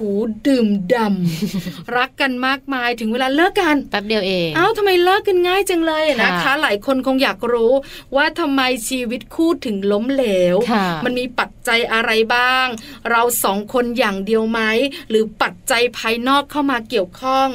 ดื่มด ำ รักกันมากมายถึงเวลาเลิกกัน
แป๊บเดียวเอง
เอ้าทำไมเลิกกันง่ายจังเลยอะนะคะ
ค่ะ
หลายคนคงอยากรู้ว่าทำไมชีวิตคู่ถึงล้มเหลว
ค่ะ
มันมีปัจจัยอะไรบ้าง เราสองคนอย่างเดียวไหม หรือปัจจัยภายนอกเข้ามาเกี่ยวข้อง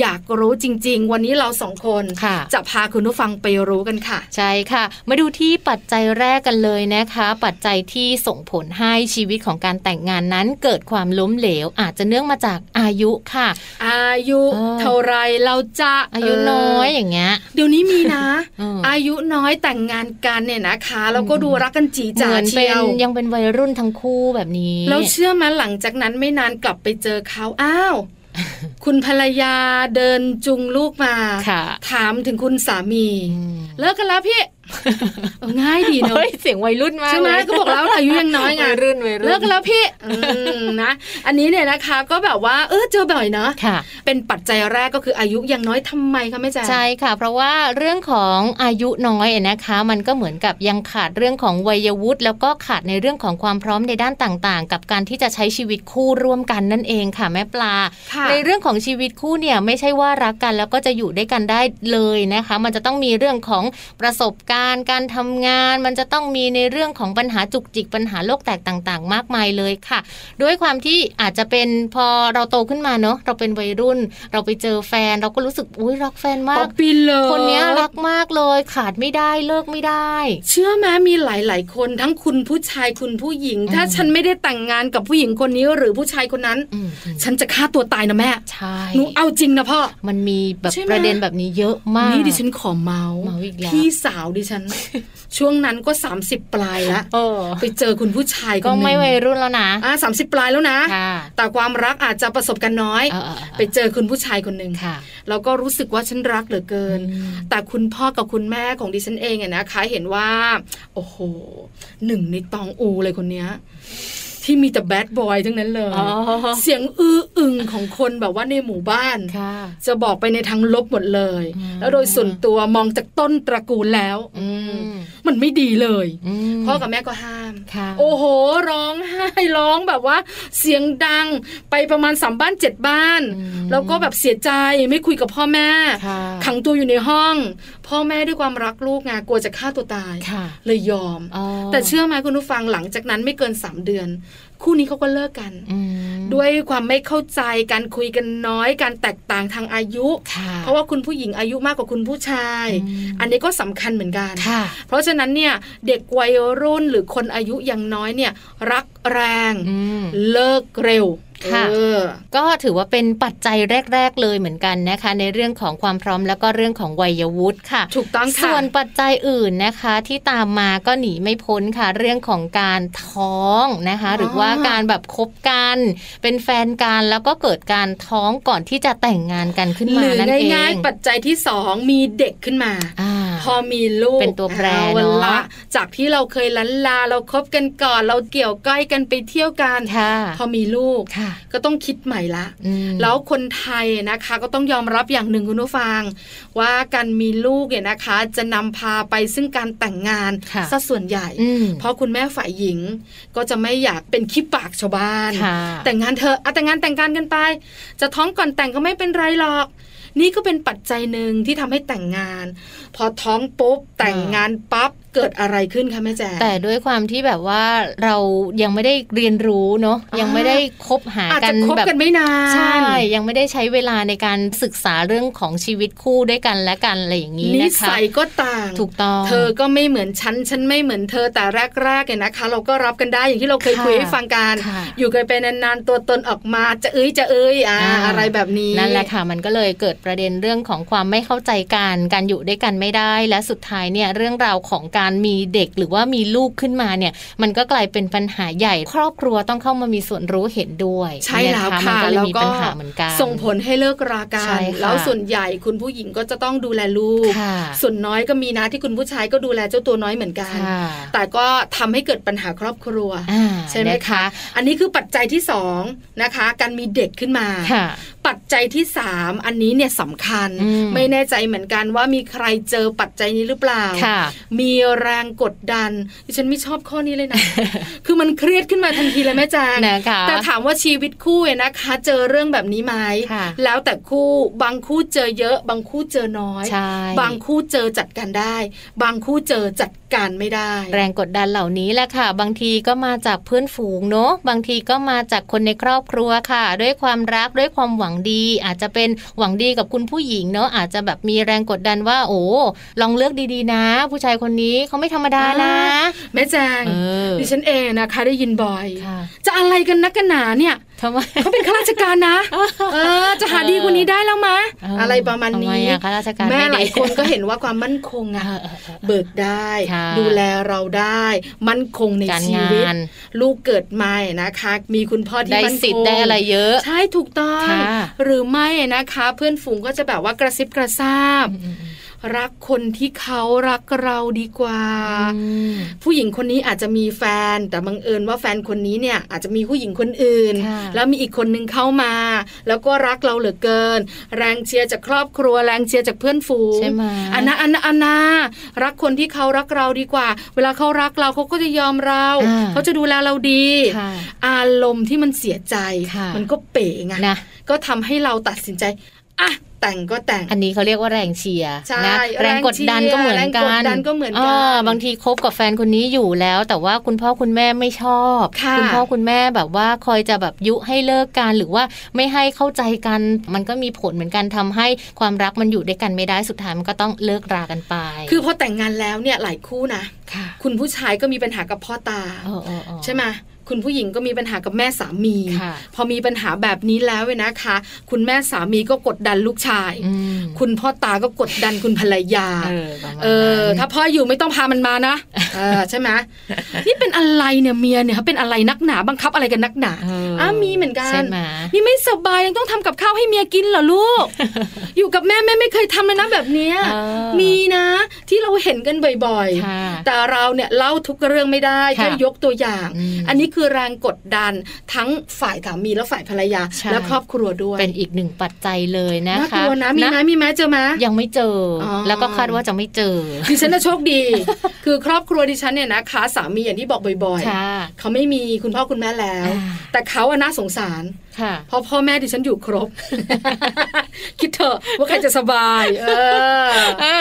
อยากรู้จริง ๆ วันนี้เราสองคน
ค่ะ
จะพาคุณผู้ฟังไปรู้กันค่ะ
ใช่ค่ะ มาดูที่ปัจจัยแรกกันเลยนะคะ ปัจจัยที่ส่งผลให้ชีวิตของการแต่งงานนั้นเกิดความล้มเหลว อาจจะเนื่องมาจากอายุค่ะ
อายุ
เออ
เท่าไรเราจะ
อายุ
เ
น้อยอย่างเงี้ย
เดี๋ยวนี้มีนะ
เอออ
อายุน้อยแต่งงานกันเนี่ยนะคะ แล้วก็ดูรักกันจี
เห
จ๋า
มือนเป็
เชี
น
ยว
ยังเป็นวัยรุ่นทั้งคู่แบบนี้
แล้วเชื่อไหมาหลังจากนั้นไม่นานกลับไปเจอเขาอ้าว คุณภรรยาเดินจุงลูกมา
ค่ะ
ถามถึงคุณสามี
อืม
เลิกกันแล้วพี่ เออง่ายดีเนอะ
เฮ้ยเสียงวัยรุ่นมาก
ใช่ไหม
เลย
ก็บอกแล้วอายุยังน้ อยไง
วัยรุ่นวัยรุ่น
เลิกกันแล้วพี่อืมนะอันนี้เนี่ยนะคะ ก็แบบว่าเออเจอบ่อยเนาะ
ค่ะ
เป็นปัจจัยแรกก็คืออายุยังน้อยทำไมคะแม่แจ๋ง
ใช่ค่ะ เพราะว่าเรื่องของอายุน้อยนะคะ มันก็เหมือนกับยังขาดเรื่องของวัยวุฒิแล้วก็ขาดในเรื่องของความพร้อมในด้านต่างๆ กับการที่จะใช้ชีวิตคู่ร่วมกันนั่นเองค่ะแม่ปลา
ค่ะ
ในเรื่องของชีวิตคู่เนี่ยไม่ใช่ว่ารักกันแล้วก็จะอยู่ด้วยกันได้เลยนะคะ มันจะต้องมีเรื่องของประสบการณ์ การทำงาน มันจะต้องมีในเรื่องของปัญหาจุกจิกปัญหาโลกแตกต่าง ๆ มากมายเลยค่ะ ด้วยความที่อาจจะเป็นพอเราโตขึ้นมาเนอะเราเป็นวัยรุ่น เราไปเจอแฟน เราก็รู้สึกอุ้ยรักแฟนมา
ป๊อก ปปี้เลิฟ
คนเนี้ยรักมากเลย ขาดไม่ได้เลิกไม่ได้
เชื่อไหมมีหลาย ๆ คนทั้งคุณผู้ชายคุณผู้หญิง ถ้าฉันไม่ได้แต่งงานกับผู้หญิงคนนี้หรือผู้ชายคนนั้น
อืม
ฉันจะฆ่าตัวตายนะแม่
ใช่
หนูเอาจริงนะพ่อ
มันมีแบบ
ใช่ไหม
ประเด็นแบบนี้เยอะมาก
นี่ดิฉันขอเมาส์
เมาส์อีกแล้ว
พี่สาวดิ ฉัน ช่วงนั้นก็ 30 ปลายละ
เออ
ไปเจอคุณผู้ชายคนห
ก็
นึ่ง
ไม่วัยรุ่นแล้วนะ
อ่าสามสิบปลายแล้วนะ
ค่ะ
แต่ความรักอาจจะประสบกันน้อย
เออเออเออ
ไปเจอคุณผู้ชายคนหนึ่ง
ค่ะ
แล้วก็รู้สึกว่าฉันรักเหลือเกิน
อืม
แต่คุณพ่อกับคุณแม่ของดิฉันเองเนี่ยนะคะเห็นว่า โอ้โหหนึ่งในตองอูเลยคนเนี้ย ที่มีแต่แบดบอยทั้งนั้นเลย
อ๋อ
เสียงอื้ออึงของคนแบบว่าในหมู่บ้าน
ค่ะ
จะบอกไปในทางลบหมดเลย
อืม
แล้วโดยส่วนตัวมองจากต้นตระกูลแล้ว
อืม
มันไม่ดีเลย
ม
พ่อกับแม่ก็ห้าม
ค่ะ
โอ้โห ร้องไห้ร้องแบบว่า เสียงดังไปประมาณสามบ้านเจ็ดบ้าน
อืม
แล้วก็แบบเสียใจไม่คุยกับพ่อแม่
ค่ะ
ขังตัวอยู่ในห้อง พ่อแม่ด้วยความรักลูกไงกลัวจะฆ่าตัวตาย
ค่ะ
เลยยอม
อ๋อ
แต่เชื่อไหมคุณผู้ฟังหลังจากนั้นไม่เกิน 3 เดือน คู่นี้เขาก็เลิกกัน
ม
ด้วยความไม่เข้าใจการคุยกันน้อยการแตกต่างทางอายุ
ค่ะ
เพราะว่าคุณผู้หญิงอายุมากกว่าคุณผู้ชาย
อืม
อันนี้ก็สำคัญเหมือนกัน
ค่ะ
เพราะฉะนั้นเนี่ยเด็กวัยรุ่นหรือคนอายุยังน้อยเนี่ยรักแรง
อืม
เลิกเร็ว
ค่ะ
เออ
ก็ถือว่าเป็นปัจจัยแรก ๆ เลยเหมือนกันนะคะ ในเรื่องของความพร้อมแล้วก็เรื่องของวัยวุฒิค่ะ
ถูกต้องค่ะ
ส่วนปัจจัยอื่นนะคะที่ตามมาก็หนีไม่พ้นค่ะ เรื่องของการท้องนะคะ
อ๋อ
หรือว่าการแบบคบกัน เป็นแฟนกันแล้วก็เกิดการท้องก่อนที่จะแต่งงานกันขึ้น
ห
มา
รือ
นั่นเอง
ง่ายๆปัจจัยที่สองมีเด็กขึ้นมา
อ่า
พอมีลูก
เป็นตัวแปร
อา
เนอะ
ละ จากที่เราเคยลันลาเราคบกันก่อน เราเกี่ยวก้อยกันไปเที่ยวกัน
ค่ะ
พอมีลูก
ค่ะ
ก็ต้องคิดใหม่ละ
อืม
แล้วคนไทยนะคะก็ต้องยอมรับอย่างหนึ่งคุณผู้ฟัง ว่าการมีลูกเนี่ยนะคะ จะนำพาไปซึ่งการแต่งงาน
ค่ะ
ซะส่วนใหญ่
อืม
เพราะคุณแม่ฝ่ายหญิงก็จะไม่อยากเป็นขี้ปากชาวบ้าน
ค่ะ
แต่งงานเธอะอะแต่งงานแต่งงานกันไป จะท้องก่อนแต่งก็ไม่เป็นไรหรอก นี่ก็เป็นปัจจัยหนึ่งที่ทำให้แต่งงาน พอท้องปุ๊บแต่งงานปั๊บเกิดอะไรขึ้นคะแม่แจ๊ค
แต่ด้วยความที่แบบว่าเรายังไม่ได้เรียนรู้เนาะ
อ่ายั
ยังไม่ได้คบหา
อาจ
กั
จะ
น
คบ
แบบ
กันไม่นาน
ใช่ ยังไม่ได้ใช้เวลาในการศึกษาเรื่องของชีวิตคู่ด้วยกันและกันอะไรอย่างนี้
นิ
นะคะ
สัยก็ต่าง
ถูกต้อง
เธอก็ไม่เหมือนฉัน ฉันไม่เหมือนเธอแต่แรกๆเนี่ยนะคะ เราก็รับกันได้อย่างที่เราเคย
ค่ะ
คุยให้ฟังกัน
ค่ะ
อยู่กันไปนานๆตัวตนออกมาจะเอ้ยจะเอ้ยอ่า
อ่า
อะไรแบบนี้
นั่นแหละค่ะ มันก็เลยเกิดประเด็นเรื่องของความไม่เข้าใจกัน การอยู่ด้วยกันไม่ได้ และสุดท้ายเนี่ยเรื่องราวของการมีเด็กหรือว่ามีลูกขึ้นมาเนี่ย มันก็กลายเป็นปัญหาใหญ่ ครอบครัวต้องเข้ามามีส่วนรู้เห็นด้วย
ใช่แล้ว
น
ค่ะ
มันก็เลย
แล้ว
มี
ก็
ปัญหาเหมือนกัน
ส่งผลให้เลิกรากั
ใช่
น
ค่ะ
แล้วส่วนใหญ่คุณผู้หญิงก็จะต้องดูแลลูก
ค่ะ
ส่วนน้อยก็มีนะที่คุณผู้ชายก็ดูแลเจ้าตัวน้อยเหมือนกัน
ค่ะ
แต่ก็ทำให้เกิดปัญหาครอบครัว
อ่า
ใช่ไหม
น
คะ อันนี้คือปัจจัยที่สองนะคะ การมีเด็กขึ้นมา
ค่ะ
ปัจจัยที่ 3 อันนี้เนี่ยสำคัญ
อืม
ไม่แน่ใจเหมือนกันว่ามีใครเจอปัจจัยนี้หรือเปล่า
ค่ะ
มีแรงกดดันดิฉันไม่ชอบข้อนี้เลยนะ คือมันเครียดขึ้นมาทันทีเลยแม่แจาง
นะคะ
แต่ถามว่าชีวิตคู่เนี่ยนะคะ เจอเรื่องแบบนี้ไหม
ค่ะ
แล้วแต่คู่บางคู่เจอเยอะ บางคู่เจอน้อย
ใช่
บางคู่เจอจัดการได้ บางคู่เจอจัดการไม่ได้
แรงกดดันเหล่านี้แหละค่ะ บางทีก็มาจากเพื่อนฝูงเนอะบางทีก็มาจากคนในครอบครัวค่ะ ด้วยความรักด้วยความหวังดี อาจจะเป็นหวังดีกับคุณผู้หญิงเนอะอาจจะแบบมีแรงกดดันว่า โอ้ลองเลือกดีๆ นะ ผู้ชายคนนี้เขาไม่ธรรมดานะ
แม่แจาง
เออ
ดิฉันเองนะคะได้ยินบ่อย
ค่ะ
จะอะไรกันนักกันหนาเนี่ย
ทำไม
เขาเป็นข้าราชการนะ เออ จะหาดีกว่านี้ได้แล้วมะ
เอออ
อะไรประมาณ
ทำ
นี้
ไมอะข้าราชการ
แม่หลาย
ไม่ดี
คนก็เห็นว่าความมั่นคงอะ
เออเออเออ
เบิกได้
ค่ะ
ดูแลเราได้ มั่นคงใน
การ
ชี
ง
วิต
าน
ลูกเกิดมาเนี่ยนะคะ มีคุณพ่อที่
ได้
มั่น
สิท
ค
ธิ์
ง
ได้อะไรเยอะ
ใช่ถูกต้อง
ค่ะ
หรือไม่นะคะ เพื่อนฝูงก็จะแบบว่ากระซิบกระซาบ รักคนที่เขารักเราดีกว่า
อืม
ผู้หญิงคนนี้อาจจะมีแฟน แต่บังเอิญว่าแฟนคนนี้เนี่ยอาจจะมีผู้หญิงคนอื่น
ค่ะ
แล้วมีอีกคนนึงเข้ามา แล้วก็รักเราเหลือเกิน แรงเชียร์จากครอบครัว แรงเชียร์จากเพื่อนฝูง
ใช่ไหม
อันนะอันนะอันนะรักคนที่เขารักเราดีกว่า เวลาเขารักเราเขาก็จะยอมเรา
อ่า
เขาจะดูแลเราดี
ค่ะ
อารมณ์ที่มันเสียใจ
ค่ะ
มันก็เป๋ไง
นะ
ก็ทำให้เราตัดสินใจอ่ะแต่งก็แต่ง
อันนี้เขาเรียกว่าแรงเชียร์
ใช่
นะ
แรง
กดดันก็เหมือนกัน
แรงกดดันก็เหมือนกัน
บางทีคบกับแฟนคนนี้อยู่แล้ว แต่ว่าคุณพ่อคุณแม่ไม่ชอบ
ค่ะ
ณพ่อคุณแม่แบบว่าคอยจะแบบยุให้เลิกกันหรือว่าไม่ให้เข้าใจกัน มันก็มีผลเหมือนกันทำให้ความรักมันอยู่ด้วยกันไม่ได้สุดท้ายมันก็ต้องเลิกรากันไป
คือพอแต่งงานแล้วเนี่ยหลายคู่นะ
ค่ะ
คุณผู้ชายก็มีปัญหากับพ่อตา
เออเออเออ
ใช่ไหมคุณผู้หญิงก็มีปัญหากับแม่สามี
ค่ะ
พอมีปัญหาแบบนี้แล้วเว้ยนะคะ คุณแม่สามีก็กดดันลูกชาย
อืม
คุณพ่อตาก็กดดันคุณภรรยา
เออประมาณ
เออ
นั้น
ถ้าพ่ออยู่ไม่ต้องพามันมานะ เออใช่ไหมนี่เป็นอะไรเนี่ยเมียเนี่ยเป็นอะไรนักหนาบังคับอะไรกันนักหนา
เออ
อ้ามีเหมือนกั
ใช่
น
ไหม
นี่ไม่สบายยังต้องทำกับข้าวให้เมียกินเหรอลูก อยู่กับแม่แม่ไม่เคยทำเลยนะแบบเนี้ย
เออ
มีนะ ที่เราเห็นกันบ่อยๆ
ค่ะ
แต่เราเนี่ยเล่าทุกเรื่องไม่ได้
ค่ะ
แค่ยกตัวอย่าง
อืม
อันนี้คือแรงกดดันทั้งฝ่ายสามีและฝ่ายภรรยา
ใช่
และครอบครัวด้วย
เป็นอีกหนึ่งปัจจัยเลยนะคะ
น่ากลัวนะมีไหมมีไหมเจอไหม
ยังไม่เจออ
อ
แล้วก็คาดว่าจะไม่เจอ
ดิฉันน่ะโชคดี คือครอบครัวดิฉันเนี่ยนะคะสามีอย่างที่บอกบ่อย
ค่ะ
ๆ เขาไม่มีคุณพ่อคุณแม่แล้ว
อ่า
แต่เขาอะน่าสงสาร
ค่ะ
เพราะพ่อแม่ดิฉันอยู่ครบ คิดเถอะว่าใครจะสบาย เออ
อ่า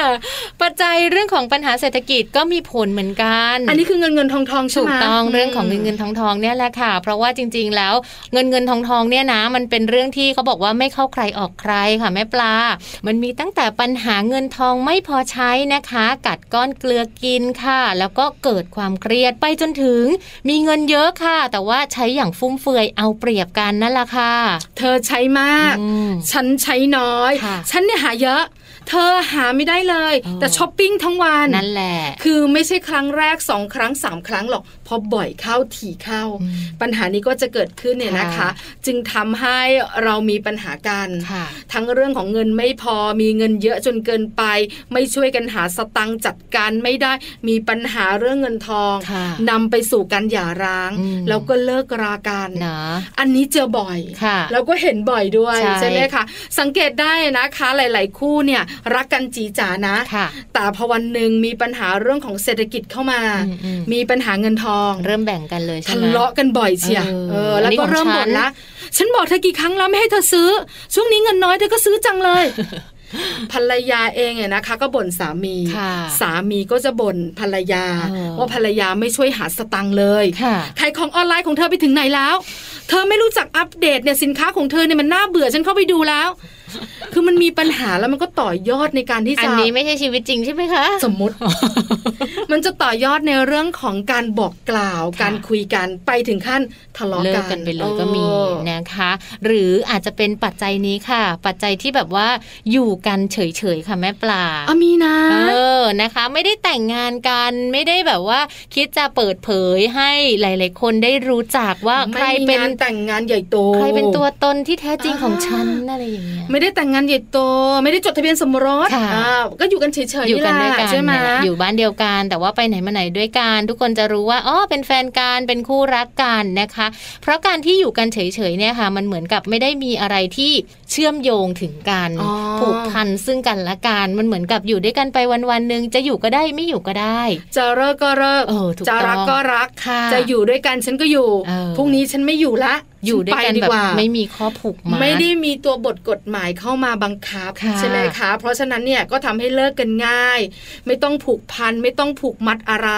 ปัจจัยเรื่องของปัญหาเศรษฐกิจก็มีผลเหมือนกัน
อันนี้คือเงินเงินทองทองใช่
ถู
ไหม
กต้องเรื่องของเงินเงินทองทองเนี่ยแหละค่ะ เพราะว่าจริง ๆ แล้วเงินเงินทองทองเนี่ยนะ มันเป็นเรื่องที่เขาบอกว่าไม่เข้าใครออกใครค่ะแม่ปลา มันมีตั้งแต่ปัญหาเงินทองไม่พอใช้นะคะ กัดก้อนเกลือกินค่ะ แล้วก็เกิดความเครียดไปจนถึง มีเงินเยอะค่ะ แต่ว่าใช้อย่างฟุ่มเฟือยเอาเปรียบกันนั่นแหละค่ะ
เธอใช้มาก
อืม
ฉันใช้น้อย
ค่ะ
ฉันเนี่ยหาเยอะ เธอหาไม่ได้เลย
อ๋อ
แต่ช้อปปิ้งทั้งวัน
นั่นแหละ
คือไม่ใช่ครั้งแรกสองครั้งสามครั้งหรอกพอบ่อยเข้าถี่เข้า
อืม
ปัญหานี้ก็จะเกิดขึ้นเนี่ยนะคะ
ค่ะ
จึงทำให้เรามีปัญหากัน
ค่ะ
ทั้งเรื่องของเงินไม่พอมีเงินเยอะจนเกินไป ไม่ช่วยกันหาสตังค์จัดการไม่ได้มีปัญหาเรื่องเงินทอง
ค่ะ
นำไปสู่การหย่าร้าง
อืม
แล้วก็เลิกรากัน
นะ
อันนี้เจอบ่อย
ค่ะ
แล้วก็เห็นบ่อยด้วย
ใช่
ไหมคะสังเกตได้นะคะหลาย ๆ คู่เนี่ยรักกันจีจ๋านะ
ค่ะ
แต่พอวันหนึ่งมีปัญหาเรื่องของเศรษฐกิจเข้ามา
อืมอืม
มีปัญหาเงินทอง
เริ่มแบ่งกันเลยใช่
ทะ
ไหม
เลาะกันบ่อยเชีย
เออ
เออ แล้ว
อัน
ก็
นี้ของ
เริ่ม
ฉั
บ่
น
นละฉันบอกเธอกี่ครั้งแล้วไม่ให้เธอซื้อ ช่วงนี้เงินน้อยเธอก็ซื้อจังเลย ภรรยาเองเนี่ยนะคะ ก็บ่นสามี
ค่ะ
สามีก็จะบ่นภรรยา
เออ
ว่าภรรยาไม่ช่วยหาสตังค์เลย
ค่ะ
ขายของออนไลน์ของเธอไปถึงไหนแล้ว เธอไม่รู้จักอัปเดตเนี่ยสินค้าของเธอเนี่ยมันน่าเบื่อฉันเข้าไปดูแล้ว คือมันมีปัญหาแล้วมันก็ต่อยอดในการที่จะ
อันนี้ไม่ใช่ชีวิตจริงใช่ไหมคะ
สมมติ มันจะต่อยอดในเรื่องของการบอกกล่าว
ค่ะ
การคุยกันไปถึงขั้นทะเลาะ
เลิ
กั
ก
น
กันไปเลยก็มี
เออ
นะคะ หรืออาจจะเป็นปัจจัยนี้ค่ะ ปัจจัยที่แบบว่าอยู่กันเฉยๆค่ะแม่ปลา
อ่ะมีนะ
เออนะคะ ไม่ได้แต่งงานกันไม่ได้แบบว่า คิดจะเปิดเผยให้หลาย ๆ คนได้รู้จักว่าใคร
ไม่มี
เป็น
งานแต่งงานใหญ่โต
ใครเป็นตัวตนที่แท้จริงของฉันอะไรอย่างเงี้ย
ไม่ได้แต่งงานใหญ่โต ไม่ได้จดทะเบียนสมรส
ค่ะ
อ่าก็อยู่กันเฉยๆ
อยู่กัน
แห
ด้วย
ละ
กัน
ใช่ไหม
เนี่ยแหละอยู่บ้านเดียวกัน แต่ว่าไปไหนมาไหนด้วยกัน ทุกคนจะรู้ว่าอ๋อเป็นแฟนกันเป็นคู่รักกันนะคะ เพราะการที่อยู่กันเฉยๆเนี่ยค่ะ มันเหมือนกับไม่ได้มีอะไรที่เชื่อมโยงถึงกัน
อ๋อ
ผูกพันซึ่งกันและกันมันเหมือนกับอยู่ด้วยกันไปวันๆหนึ่งจะอยู่ก็ได้ไม่อยู่ก็ได้
จะเลิกก็เลิก
เออถูก
จะรัก
ต้อง
ก็รัก
ค่ะ
จะอยู่ด้วยกันฉันก็อยู่
เออ
พรุ่งนี้ฉันไม่อยู่ละ
อยู่ด้วยกั
ฉั
น
ไปดี
แบบ
กว่า
ไม่มีข้อผูกมัด
ไม่ได้มีตัวบทกฎหมายเข้ามาบังคับ
ค่ะ
ใช่ไหมคะ เพราะฉะนั้นเนี่ยก็ทำให้เลิกกันง่าย ไม่ต้องผูกพันไม่ต้องผูกมัดอะไร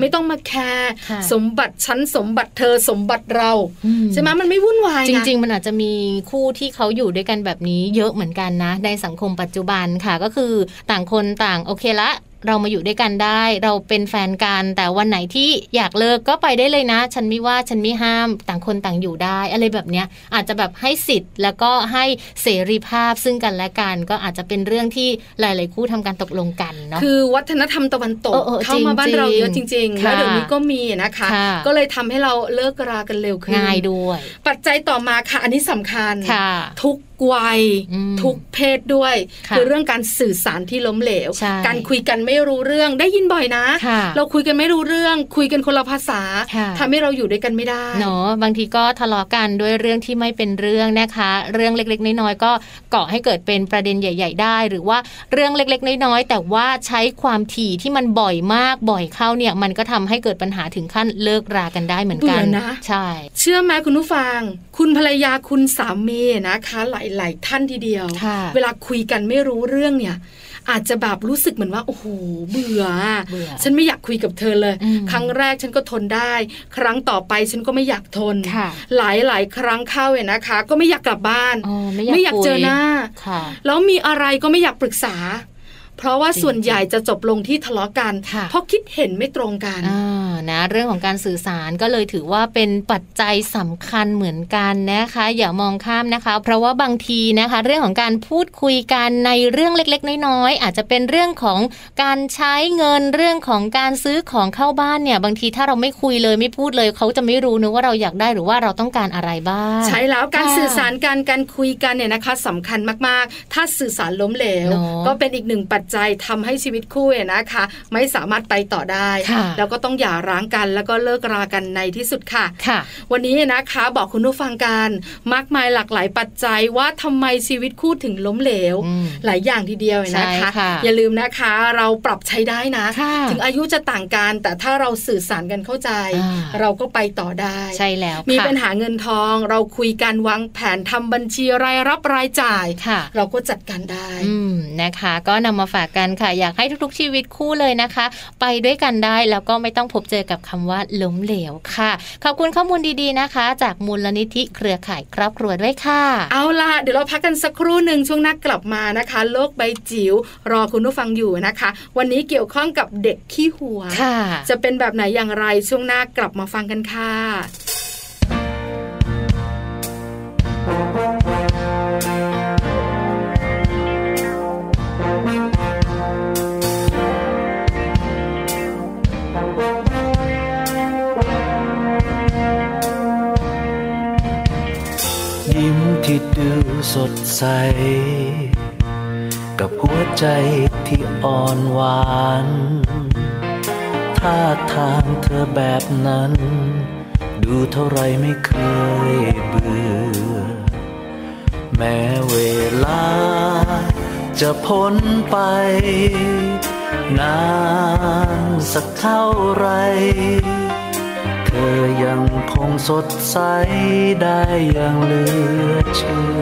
ไม่ต้องมาแคร์
ค่ะ
สมบัติฉันสมบัติเธอสมบัติเรา
อืม
ใช่ไหมมันไม่วุ่นวายนะ
จริง ๆ มันอาจจะมีคู่ที่เขาอยู่ด้วยกันแบบนี้เยอะเหมือนกันนะ ในสังคมปัจจุบันค่ะก็คือต่างคนต่างโอเคละ เรามาอยู่ด้วยกันได้ เราเป็นแฟนกัน แต่วันไหนที่อยากเลิกก็ไปได้เลยนะ ฉันไม่ว่าฉันไม่ห้ามต่างคนต่างอยู่ได้ อะไรแบบเนี้ยอาจจะแบบให้สิทธิ์ แล้วก็ให้เสรีภาพซึ่งกันและกัน ก็อาจจะเป็นเรื่องที่หลาย ๆ คู่ทำการตกลงกันเนาะ
คือวัฒนธรรมตะวันตก
เออเออ
เข้ามาบ้านเราเยอะจริง ๆ
ค่ะ
แล้วเดี๋ยวนี้ก็มีนะคะ
ค่ะ
ก็เลยทำให้เราเลิกรากันเร็วขึ้น
ง่ายด้วย
ปัจจัยต่อมาค่ะ อันนี้สำคัญ
ค่ะ
ทุกวัย
อืม
ทุกเพศด้วย
ค่ะ
เรื่องการสื่อสารที่ล้มเหลว
ใช่
การคุยกันไม่รู้เรื่องได้ยินบ่อยนะ
ค่ะ
เราคุยกันไม่รู้เรื่อง คุยกันคนละภาษา
ค่ะ
ทำให้เราอยู่ด้วยกันไม่ได้
เนาะบางทีก็ทะเลาะกันด้วยเรื่องที่ไม่เป็นเรื่องนะคะ เรื่องเล็กๆ น้อยๆก็ก่อให้เกิดเป็นประเด็นใหญ่ ๆ ได้ หรือว่าเรื่องเล็กๆ น้อยๆแต่ว่าใช้ความถี่ที่มันบ่อยมากบ่อยเข้าเนี่ย มันก็ทำให้เกิดปัญหาถึงขั้นเลิกรากันได้เหมือนกัน
เบื่อนะ
ใช่
เชื่อไหมคุณผู้ฟัง คุณภรรยาคุณสามีนะคะ หลาย ๆ ท่านทีเดียว
ค่ะ
เวลาคุยกันไม่รู้เรื่องเนี่ย อาจจะแบบรู้สึกเหมือนว่าโอ้โหเบื่อ
เบื่อ
ฉันไม่อยากคุยกับเธอเลย
อืม
ครั้งแรกฉันก็ทนได้ ครั้งต่อไปฉันก็ไม่อยากทน
ค่ะ
หลายหลายๆครั้งเข้าเนี่ยนะคะ ก็ไม่อยากกลับบ้าน
อ๋อไม่อยาก
ไม่อยาก
คุ
เจอหน้า
ค่ะ
แล้วมีอะไรก็ไม่อยากปรึกษา เพราะว่าส่วนใหญ่จะจบลงที่ทะเลาะกัน
ค่ะ
เพราะคิดเห็นไม่ตรงกัน
อ่านะเรื่องของการสื่อสารก็เลยถือว่าเป็นปัจจัยสำคัญเหมือนกันนะคะ อย่ามองข้ามนะคะ เพราะว่าบางทีนะคะ เรื่องของการพูดคุยกันในเรื่องเล็กๆ น้อยๆอาจจะเป็นเรื่องของการใช้เงินเรื่องของการซื้อของเข้าบ้านเนี่ย บางทีถ้าเราไม่คุยเลยไม่พูดเลย เขาจะไม่รู้นะว่าเราอยากได้หรือว่าเราต้องการอะไรบ้าง
ใช่แล้วการ
ค่ะ
สื่อสารการการคุยกันเนี่ยนะคะสำคัญมากๆ ถ้าสื่อสารล้มเหลว
เนอะ
ก็เป็นอีกหนึ่งปัจ ใจทำให้ชีวิตคู่เนี่ยนะคะ ไม่สามารถไปต่อได้
ค่ะ
แล้วก็ต้องหย่าร้างกันแล้วก็เลิกรากันในที่สุดค่ะ
ค่ะ
วันนี้นะคะบอกคุณผู้ฟังกันมากมายหลากหลายปัจจัยว่าทำไมชีวิตคู่ถึงล้มเหลว
อืม
หลายอย่างทีเดียวนะ
ใช่
คะ
ค่ะ
อย่าลืมนะคะเราปรับใช้ได้นะ
ค่ะ
ถึงอายุจะต่างกัน แต่ถ้าเราสื่อสารกันเข้าใจ
อ่า
เราก็ไปต่อได้
ใช่แล้ว
มี
ค่ะ
ปัญหาเงินทองเราคุยกันวางแผนทำบัญชีรายรับรายจ่าย
ค่ะ
เราก็จัดการได้
อืมนะคะ ก็นำมาฝากกันค่ะ อยากให้ทุกๆชีวิตคู่เลยนะคะ ไปด้วยกันได้แล้วก็ไม่ต้องพบเจอกับคำว่าล้มเหลวค่ะ ขอบคุณข้อมูลดีๆนะคะ จากมูลนิธิเครือข่ายครอบครัวด้วยค่ะ
เอาล่ะเดี๋ยวเราพักกันสักครู่หนึ่งช่วงหนักกลับมานะคะ โลกใบจิ๋วรอคุณผู้ฟังอยู่นะคะ วันนี้เกี่ยวข้องกับเด็กขี้หัว
ค่ะ
จะเป็นแบบไหนอย่างไรช่วงหน้ากลับมาฟังกันค่ะ
ยิ้มที่ดูสดใส กับหัวใจที่อ่อนหวานท่าทางเธอแบบนั้น ดูเท่าไรไม่เคยเบื่อ แม้เวลาจะพ้นไป นานสักเท่าไร เธอยังคงสดใสได้อย่างเหลือเชื่อ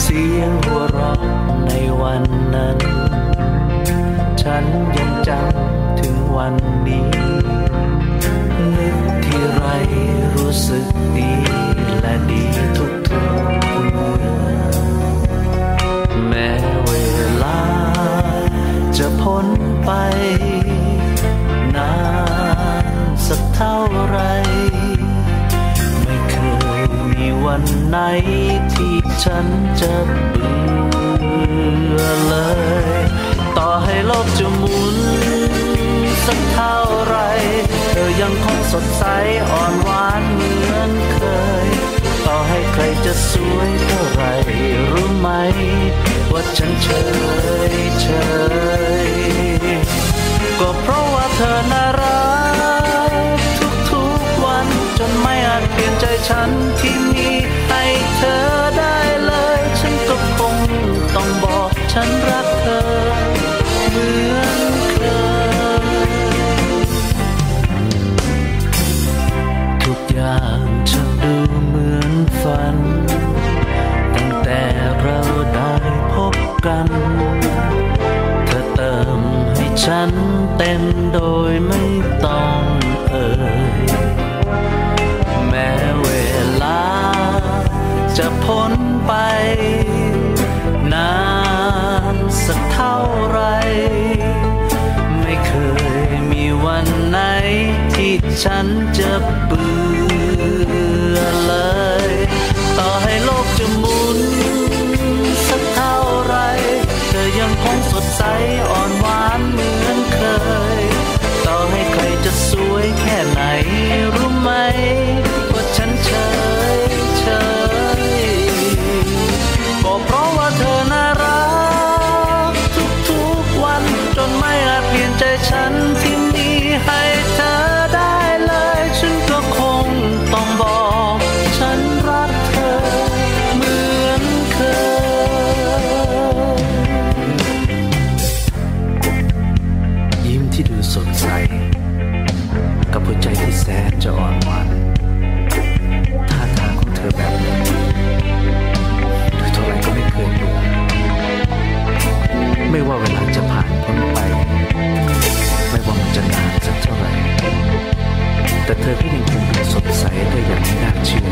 เสียงหัวเราะในวันนั้น ฉันยังจำถึงวันนี้ นึกที่ไรรู้สึกดีและดีทุกทุกๆเมื่อแม้เวลาจะพ้นไป นานสักเท่าไร ไม่เคยมีวันไหนที่ฉันจะเบื่อเลย ต่อให้โลกจะหมุนสักเท่าไร เธอยังคงสดใสอ่อนหวานเหมือนเคย ต่อให้ใครจะสวยเท่าไรรู้ไหม ว่าฉันเฉยเฉยๆก็เพราะว่าเธอน่ารักทุกทุกๆวันจนไม่อาจเปลี่ยนใจฉันที่มีให้เธอได้เลย ฉันก็คงต้องบอกฉันรักเธอเหมือนเคย ทุกอย่างจะดูเหมือนฝัน ตั้งแต่เราได้พบกัน เธอเติมให้ฉันเต็มโดยไม่ต้องเอ่ย แม้เวลาจะพ้นไป นานสักเท่าไร ไม่เคยมีวันไหนที่ฉันจะเบื่อเลย ต่อให้โลกจะหมุนสักเท่าไร เธอยังคงสดใสอ่อนหวานเหมือนเคย ต่อให้ใครจะสวยแค่ไหนรู้ไหม ว่าฉันเฉยเฉยๆก็เพราะว่าเธอน่ารักทุกทุกๆวัน จนไม่อาจเปลี่ยนใจฉันที่มีให้เธอได้เลย ฉันก็คงต้องบอก ฉันรักเธอเหมือนเคย ยิ้มที่ดูสดใส กับหัวใจที่แสนจะอ่อนหวานท่าทางของเธอแบบนี้ดูเท่าไหรก็ไม่เคยดูไม่ว่าเวลาจะผ่านพ้นไป ไม่ว่ามันจะนานสักเท่าไหร่ แต่เธอก็ยังคงดูสดใสได้อย่างไม่น่าเชื่อ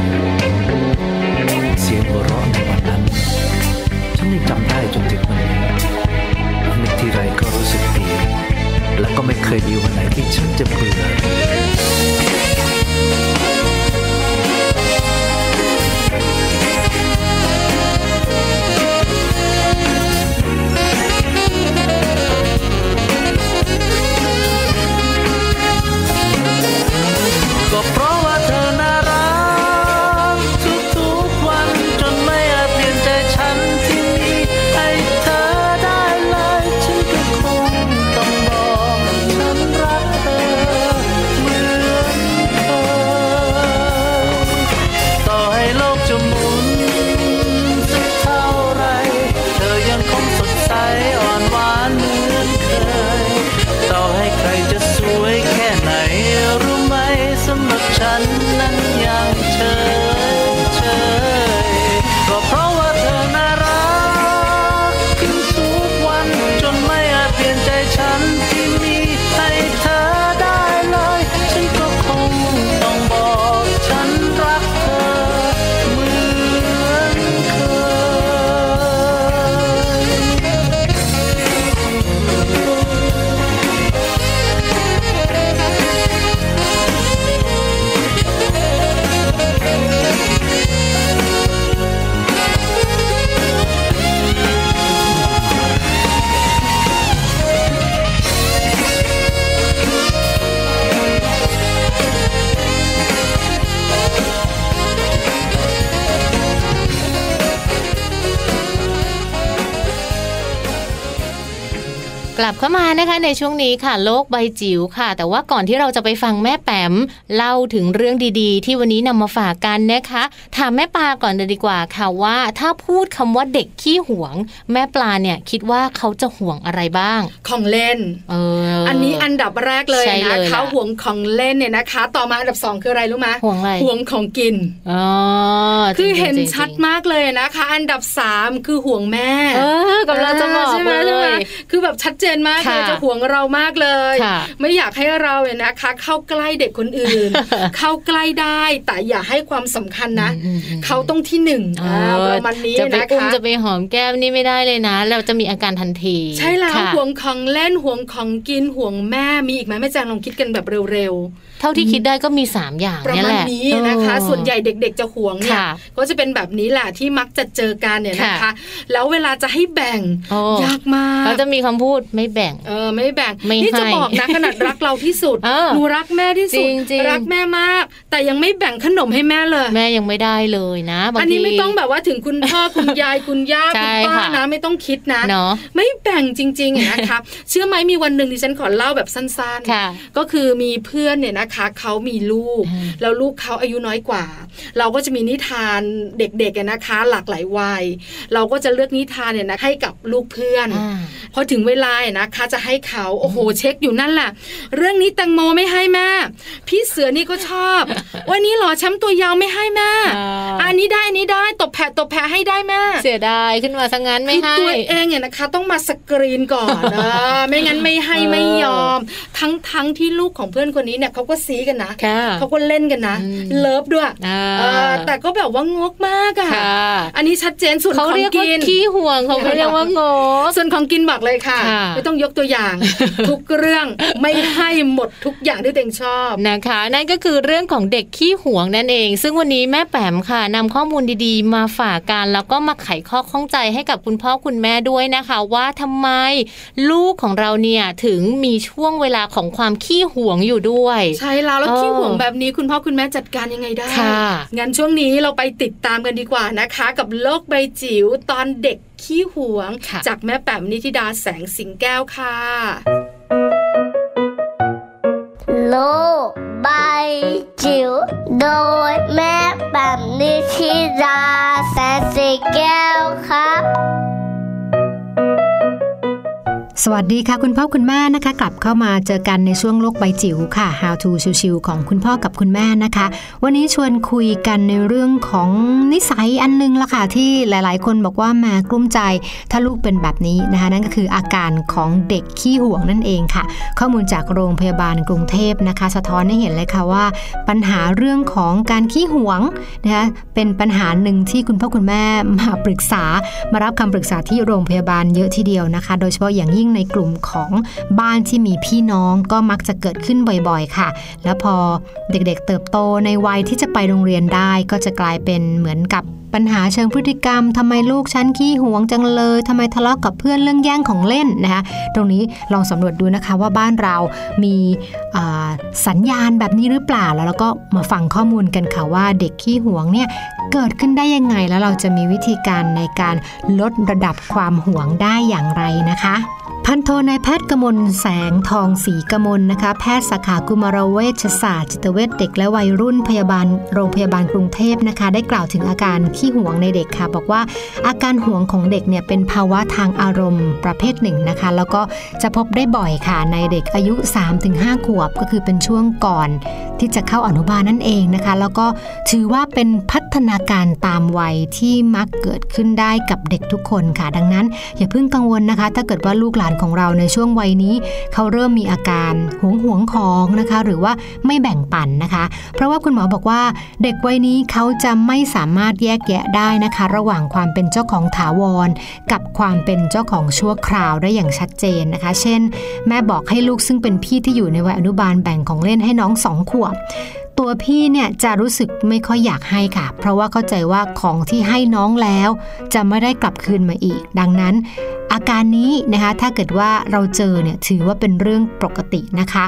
เสียงหัวเราะในวันนั้น ฉันยังจำได้จนถึงวันนี้นึกทีไรก็รู้สึกดี และก็ไม่เคยมีวันไหนที่ฉันจะเบื่อ ก็เพราะว่าเธอน่ารักทุกๆวันจนไม่อาจเปลี่ยนใจฉันที่มี
กลับเข้ามานะคะในช่วงนี้ค่ะ โลกใบจิ๋วค่ะ แต่ว่าก่อนที่เราจะไปฟังแม่แปมเล่าถึงเรื่องดีๆ ที่วันนี้นำมาฝากกันนะคะถามแม่ปลาก่อนเลยดีกว่าค่ะว่า ถ้าพูดคำว่าเด็กขี้หวง แม่ปลาเนี่ยคิดว่าเขาจะห่วงอะไรบ้าง
ของเล่น
เอออั
อันนี้อันดับแรกเลย
ใช่เลย
นะคะ
ล่ะ
ห่วงของเล่นเนี่ยนะคะ ต่อมาอันดับสองคืออะไรรู้ไหม
ห่วงอะไร
ห่วงของกิน
อ๋อ
คือ
จริงๆ
เห็น
จริงๆ
ชัดมากเลยนะคะ อันดับสามคือห่วงแม่
เออกำลังจะบอก
ใช่ไหม
เล
ใช่ไหม
ย
คือแบบชัดเจนมาก
ค่ะ
เลยจะห่วงเรามากเลย
ค่ะ
ไม่อยากให้เราเนี่ยนะคะ เข้าใกล้เด็กคนอื่ น เข้าใกล้ได้ แต่อย่าให้ความสำคัญนะ
อืมอืม
เขาต้องที่หนึ่ง
เออ
อ่าประมาณนี้
จะไป
นะ
อุ้ม
คะ
จะไปหอมแก้มนี่ไม่ได้เลยนะ เราจะมีอาการทันที
ใช่แล้ว
ค่ะ
ห่วงของเล่นห่วงของกินห่วงแม่มีอีกไหมแม่แจงลองคิดกันแบบเร็วๆ
เท่าที่คิดได้ก็มี 3 อย่าง
ประ
เนี่ย
มา
แห
ณ
ละ
นี้นะคะ ส่วนใหญ่เด็กๆจะห่วงเนี่ย
ค่ะ
ก็จะเป็นแบบนี้แหละที่มักจะเจอกันเนี่ยนะ
ค่ะ
คะ แล้วเวลาจะให้แบ่ง
โอ้
ยากมาก
เขาจะมีคำพูดไม่แบ่ง
เออไม่แบ่ง
ไม่
นี่จะ
ให้
บอกนะขนาดรักเราที่สุด
เออ
หนูรักแม่ที่สุด
จริงๆ
รักแม่มาก แต่ยังไม่แบ่งขนมให้แม่เลย
แม่ยังไม่ได้เลยนะบางที
อันนี้ไม่ต้องแบบว่าถึงคุณพ่อ คุณยายคุณย่า
ใช่
คุณป้า
ค่ะ
นะไม่ต้องคิดนะ
เนาะ
ไม่แบ่งจริงๆอะนะคะ เชื่อไหมมีวันหนึ่งดิฉันขอเล่าแบบสั้น
ค่ะ
ๆ ก็คือมีเพื่อนเนี่ยนะคะเขามีลูก แล้วลูกเขาอายุน้อยกว่า เราก็จะมีนิทานเด็กๆอะนะคะ หลากหลายวัย เราก็จะเลือกนิทานเนี่ยนะให้กับลูกเพื่อน
อ่า
พอถึงเวลาเนี่ยนะคะจะให้เขาโอ้โหเช็คอยู่นั่นแหละเรื่องนี้แตงโมไม่ให้แม่พี่เสือนี่ก็ช อบ วันนี้เหรอแชมป์ตัวยาวไม่ให้แม่
อ่า
อันนี้ได้อันนี้ได้ตบแผลตบแผลให้ได้แม่
เสียดายขึ้นมาซะงั้นไม่ให้
คือตัวเองเนี่ยนะคะต้องมาสกรีนก่อน นะ ไม่งั้นไม่ให้
เออ
ไม่ยอม ทั้งทั้งที่ลูกของเพื่อนคนนี้เนี่ยเขาก็ซีกันนะ
ค่ะ
เขาก็เล่นกันนะ
อืม
เลิฟด้วย
อ่า
เออแต่ก็แบบว่างกมากอะ
ค่ะ
อันนี้ชัดเจนส่วนข
เขา
อง
เรียกว่า
กิน
ขี้ห่วงเขาไม่เรียกว่างก
ส่วนของกินบอกเลยค่ะ
ค่ะ
ไม่ต้องยกตัวอย่าง ทุกเรื่องไม่ให้หมดทุกอย่างที่ตัวเองชอบ
นะคะนั่นก็คือเรื่องของเด็กขี้หวงนั่นเอง ซึ่งวันนี้แม่แปมค่ะนำข้อมูลดีๆ มาฝากกันแล้วก็มาไขข้อข้องใจให้กับคุณพ่อคุณแม่ด้วยนะคะ ว่าทำไมลูกของเราเนี่ยถึงมีช่วงเวลาของความขี้หวงอยู่ด้วย
ใช่แล้วแล้วขี้
เออ
ห่วงแบบนี้คุณพ่อคุณแม่จัดการยังไงได้
ค่ะ
งั้นช่วงนี้เราไปติดตามกันดีกว่านะคะ กับโลกใบจิ๋วตอนเด็กขี้ห่วง
ค่ะ
จากแม่แป๋มนิธิดาแสงสิงแก้วค่ะ
lô bay chiều đôi mép bằng đi khi ra sẽ xì keo khắp
สวัสดีค่ะคุณพ่อคุณแม่นะคะ กลับเข้ามาเจอกันในช่วงโลกใบจิ๋วค่ะ How to ชิวๆของคุณพ่อกับคุณแม่นะคะ วันนี้ชวนคุยกันในเรื่องของนิสัยอันนึงละค่ะที่หลายๆ คนบอกว่าแหมากลุ้มใจ ถ้าลูกเป็นแบบนี้นะคะ นั่นก็คืออาการของเด็กขี้ห่วงนั่นเองค่ะ ข้อมูลจากโรงพยาบาลกรุงเทพนะคะ สะท้อนให้เห็นเลยค่ะว่า ปัญหาเรื่องของการขี้ห่วงนะคะเป็นปัญหาหนึ่งที่คุณพ่อคุณแม่มาปรึกษา มารับคำปรึกษาที่โรงพยาบาลเยอะทีเดียวนะคะ โดยเฉพาะอย่างยิ่งในกลุ่มของบ้านที่มีพี่น้องก็มักจะเกิดขึ้นบ่อยๆ ค่ะ แล้วพอเด็กๆ เติบโตในวัยที่จะไปโรงเรียนได้ ก็จะกลายเป็นเหมือนกับปัญหาเชิงพฤติกรรมทำไมลูกฉันขี้หวงจังเลยทำไมทะเลาะกับเพื่อนเรื่องแย่งของเล่นนะคะ ตรงนี้ลองสำรวจดูนะคะว่าบ้านเรามีเอ่อสัญญาณแบบนี้หรือเปล่าแล้วเราก็มาฟังข้อมูลกันค่ะว่าเด็กขี้หวงเนี่ย เกิดขึ้นได้ยังไงแล้วเราจะมีวิธีการในการลดระดับความหวงได้อย่างไรนะคะ พันโทนายแพทย์กมลแสงทองศรีกมลนะคะ แพทย์สาขากุมารเวชศาสตร์จิตเวชเด็กและวัยรุ่นพยาบาลโรงพยาบาลกรุงเทพนะคะ ได้กล่าวถึงอาการขี้หวงในเด็กค่ะ บอกว่าอาการหวงของเด็กเนี่ยเป็นภาวะทางอารมณ์ประเภทหนึ่งนะคะ แล้วก็จะพบได้บ่อยค่ะในเด็กอายุ 3-5 ขวบก็คือเป็นช่วงก่อน ที่จะเข้าอนุบาลนั่นเองนะคะ แล้วก็ถือว่าเป็นพัฒนาการตามวัยที่มักเกิดขึ้นได้กับเด็กทุกคนค่ะ ดังนั้น อย่าเพิ่งกังวลนะคะ ถ้าเกิดว่าลูกหลานของเราในช่วงวัยนี้ เขาเริ่มมีอาการหวงหวงของนะคะ หรือว่าไม่แบ่งปันนะคะ เพราะว่าคุณหมอบอกว่าเด็กวัยนี้เขาจะไม่สามารถแยกแยะได้นะคะ ระหว่างความเป็นเจ้าของถาวร กับความเป็นเจ้าของชั่วคราวได้อย่างชัดเจนนะคะ เช่น แม่บอกให้ลูกซึ่งเป็นพี่ที่อยู่ในวัยอนุบาลแบ่งของเล่นให้น้องสองขวบ ตัวพี่เนี่ยจะรู้สึกไม่ค่อยอยากให้ค่ะ เพราะว่าเข้าใจว่าของที่ให้น้องแล้ว จะไม่ได้กลับคืนมาอีก ดังนั้น อาการนี้นะคะ ถ้าเกิดว่าเราเจอเนี่ยถือว่าเป็นเรื่องปกตินะคะ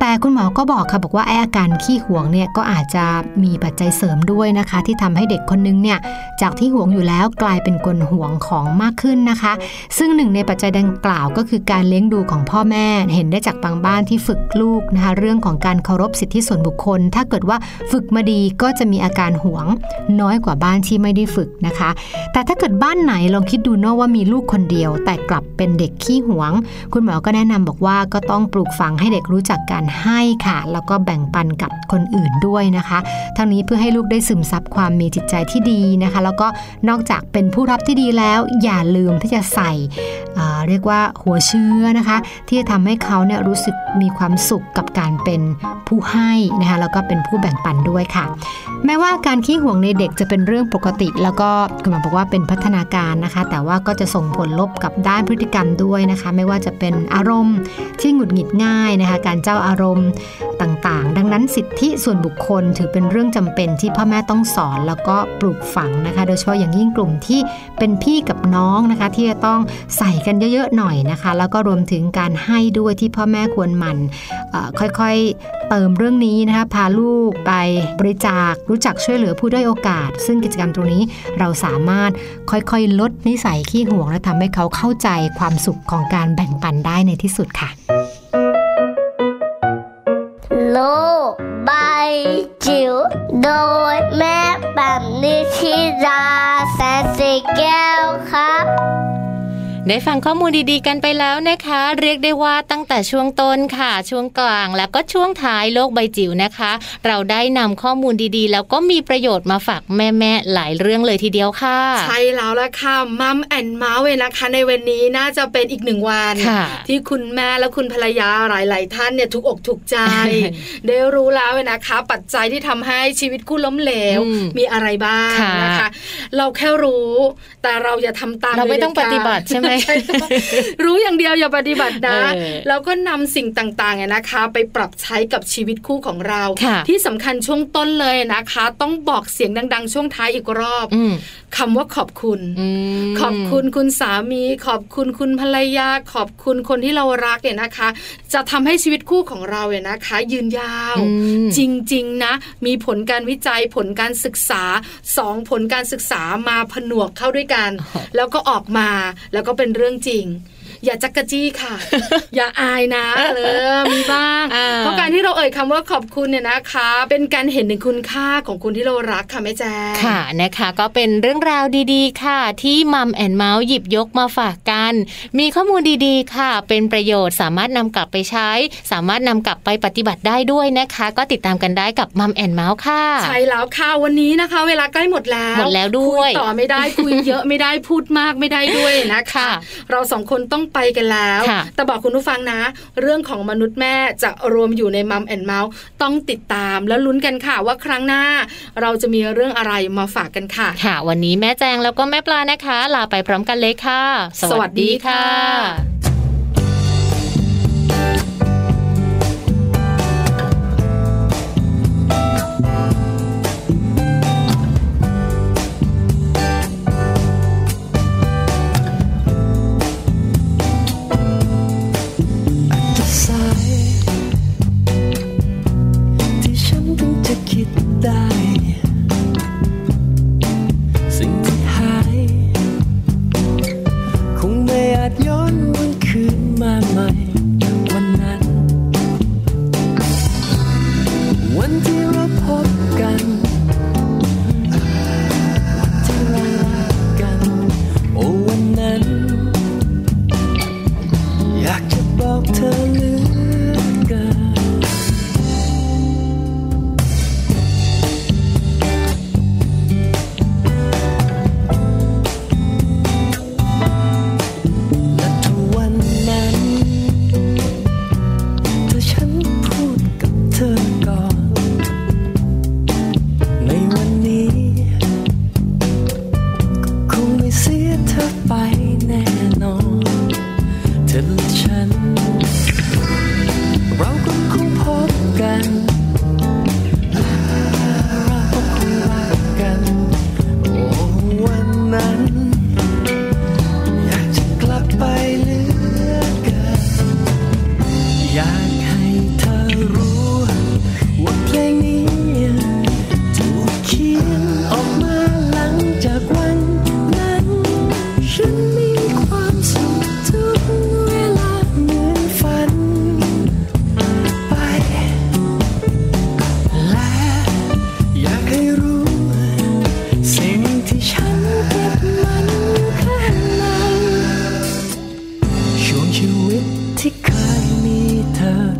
แต่คุณหมอก็บอกค่ะบอกว่าไออาการขี้หวงเนี่ยก็อาจจะมีปัจจัยเสริมด้วยนะคะ ที่ทำให้เด็กคนนึงเนี่ยจากที่หวงอยู่แล้วกลายเป็นคนหวงของมากขึ้นนะคะ ซึ่งหนึ่งในปัจจัยดังกล่าวก็คือการเลี้ยงดูของพ่อแม่ เห็นได้จากบางบ้านที่ฝึกลูกนะคะ เรื่องของการเคารพสิทธิส่วนบุคคล ถ้าเกิดว่าฝึกมาดีก็จะมีอาการหวงน้อยกว่าบ้านที่ไม่ได้ฝึกนะคะ แต่ถ้าเกิดบ้านไหนลองคิดดูเนอะว่ามีลูกคนเดียว แต่กลับเป็นเด็กขี้หวง คุณหมอก็แนะนำบอกว่าก็ต้องปลูกฝังให้เด็กรู้จักการให้ค่ะ แล้วก็แบ่งปันกับคนอื่นด้วยนะคะ ทั้งนี้เพื่อให้ลูกได้ซึมซับความมีจิตใจที่ดีนะคะ แล้วก็นอกจากเป็นผู้รับที่ดีแล้ว อย่าลืมที่จะใส่เอ่อเรียกว่าหัวเชื้อนะคะ ที่จะทำให้เขาเนี่ยรู้สึกมีความสุขกับการเป็นผู้ให้นะคะแล้วก็เป็นผู้แบ่งปันด้วยค่ะ แม้ว่าการขี้ห่วงในเด็กจะเป็นเรื่องปกติ แล้วก็คุณหมอบอกว่าเป็นพัฒนาการนะคะ แต่ว่าก็จะส่งผลลบกับด้านพฤติกรรมด้วยนะคะ ไม่ว่าจะเป็นอารมณ์ที่หงุดหงิดง่ายนะคะ การเจ้าอารมณ์ต่างๆ ดังนั้นสิทธิส่วนบุคคลถือเป็นเรื่องจำเป็นที่พ่อแม่ต้องสอนแล้วก็ปลูกฝังนะคะ โดยเฉพาะอย่างยิ่งกลุ่มที่เป็นพี่กับน้องนะคะ ที่จะต้องใส่กันเยอะๆหน่อยนะคะ แล้วก็รวมถึงการให้ด้วยที่พ่อแม่ควรหมัน เอ่อค่อยๆ เติมเรื่องนี้นะคะ พาลูกไปบริจาค รู้จักช่วยเหลือผู้ด้อยโอกาส ซึ่งกิจกรรมตรงนี้เราสามารถค่อยๆ ลดนิสัยขี้ห่วง และทำให้เขาเข้าใจความสุขของการแบ่งปันได้ในที่สุดค่ะ
โลกใบจิ๋วโดยแม่แบบนิชิราแสนสีแก้วครับ
ได้ฟังข้อมูลดีๆกันไปแล้วนะคะ เรียกได้ว่าตั้งแต่ช่วงต้นค่ะ ช่วงกลางแล้วก็ช่วงท้ายโลกใบจิ๋วนะคะ เราได้นำข้อมูลดีๆ แล้วก็มีประโยชน์มาฝากแม่ๆหลายเรื่องเลยทีเดียวค่ะ
ใช่แล้วละค่ะมัมแอนเมาส์เวยนะคะ ในวันนี้น่าจะเป็นอีกหนึ่งวัน
ค่ะ
ที่คุณแม่และคุณภรรยาหลาย ๆ ท่านเนี่ยทุกอกถูก ใจ ได้รู้แล้วเว้ยนะคะ ปัจจัยที่ทำให้ชีวิตคู่ล้มเหลว
อืม
มีอะไรบ้าง
ค่ะ
นะคะ เราแค่รู้ แต่เราอย่าทำตาม
เราไม่
ลย
ต้องปฏิบัติใช่ ไหม
ค่ะรู้อย่างเดียวอย่าปฏิบัตินะ
เออ
แล้วก็นำสิ่งต่างๆเนี่ยนะคะ ไปปรับใช้กับชีวิตคู่ของเรา
ค่ะ
ที่สำคัญช่วงต้นเลยนะคะ ต้องบอกเสียงดัง ๆ ช่วงท้ายอีกรอบ
อืม
คำว่าขอบคุณ
ม
ขอบคุณคุณสามี ขอบคุณคุณภรรยา ขอบคุณคนที่เรารักเนี่ยนะคะ จะทำให้ชีวิตคู่ของเราเนี่ยนะคะ ยืนยาว
อืม
จริง ๆ นะ มีผลการวิจัยผลการศึกษาสองผลการศึกษามาผนวกเข้าด้วย กัน แล้วก็ออกมาแล้วก็เป็นเรื่องจริง อย่าจักกะจี้ ค่ะ อย่าอายนะเออมีบ้าง
อ่า
เพราะการที่เราเอ่ยคำว่าขอบคุณเนี่ยนะคะ เป็นการเห็นถึงคุณค่าของคนที่เรารักค่ะแม่แจ้ง
ค่ะนะคะก็เป็นเรื่องราวดีๆ ค่ะ ที่มัมแอนเมาส์หยิบยกมาฝากกัน มีข้อมูลดีๆ ค่ะ เป็นประโยชน์สามารถนำกลับไปใช้ สามารถนำกลับไปปฏิบัติได้ด้วยนะคะ ก็ติดตามกันได้กับมัมแอนเมาส์ค่ะ
ใช่แล้วค่ะวันนี้นะคะ เวลาใกล้หมดแล้ว
หมดแล้วด้วย
คุยต่อไม่ได้ คุยเยอะไม่ได้พูดมากไม่ได้ด้วยนะคะ
ค่ะ
เราสองคนต้องไปกันแล้ว
ค่ะ
แต่บอกคุณผู้ฟังนะ เรื่องของมนุษย์แม่จะรวมอยู่ในมัมแอนเมาส์ต้องติดตามแล้วลุ้นกันค่ะว่าครั้งหน้า เราจะมีเรื่องอะไรมาฝากกันค่ะ
ค่ะ วันนี้แม่แจงแล้วก็แม่ปลานะคะ ลาไปพร้อมกันเลยค่ะ
สวัสดีค่ะ
จะสายที่ฉันเพิ่งจะคิดได้ สิ่งที่หาย คงไม่อาจย้อนวันคืน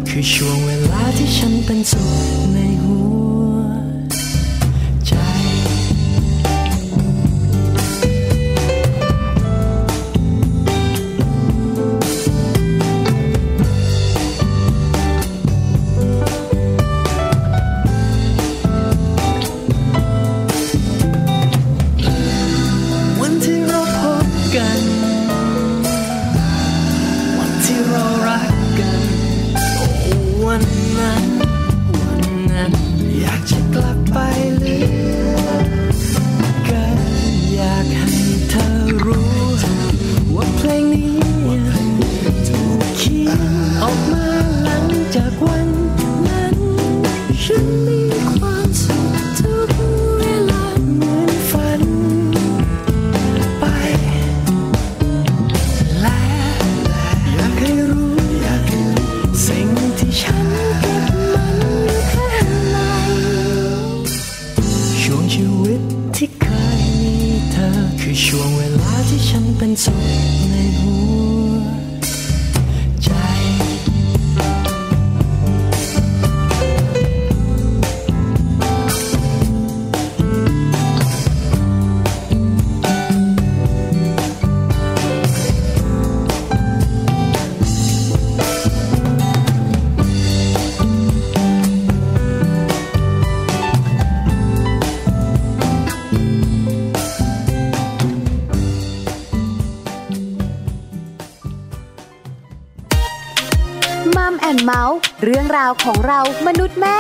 คือช่วงเวลาที่ฉันเป็นสุขในหัวใจ วันที่เราพบกัน วันที่เรารักกัน โอ้วันนั้น วันนั้น อยากจะกลับไปเหลือกัน อยากให้เธอรู้ ว่าเพลงนี้ถูกเขียนออกมาหลังจากวันนั้น ฉันมีความสุขทุกเวลาเหมือนฝัน ไปและอยากให้รู้ สิ่งที่ฉันเก็บมันอยู่ข้างในช่วงชีวิตที่เคยมีเธอ คือช่วงเวลาที่ฉันเป็นสุขในหัวใจ
มัมแอนเมาส์เรื่องราวของเรามนุษย์แม่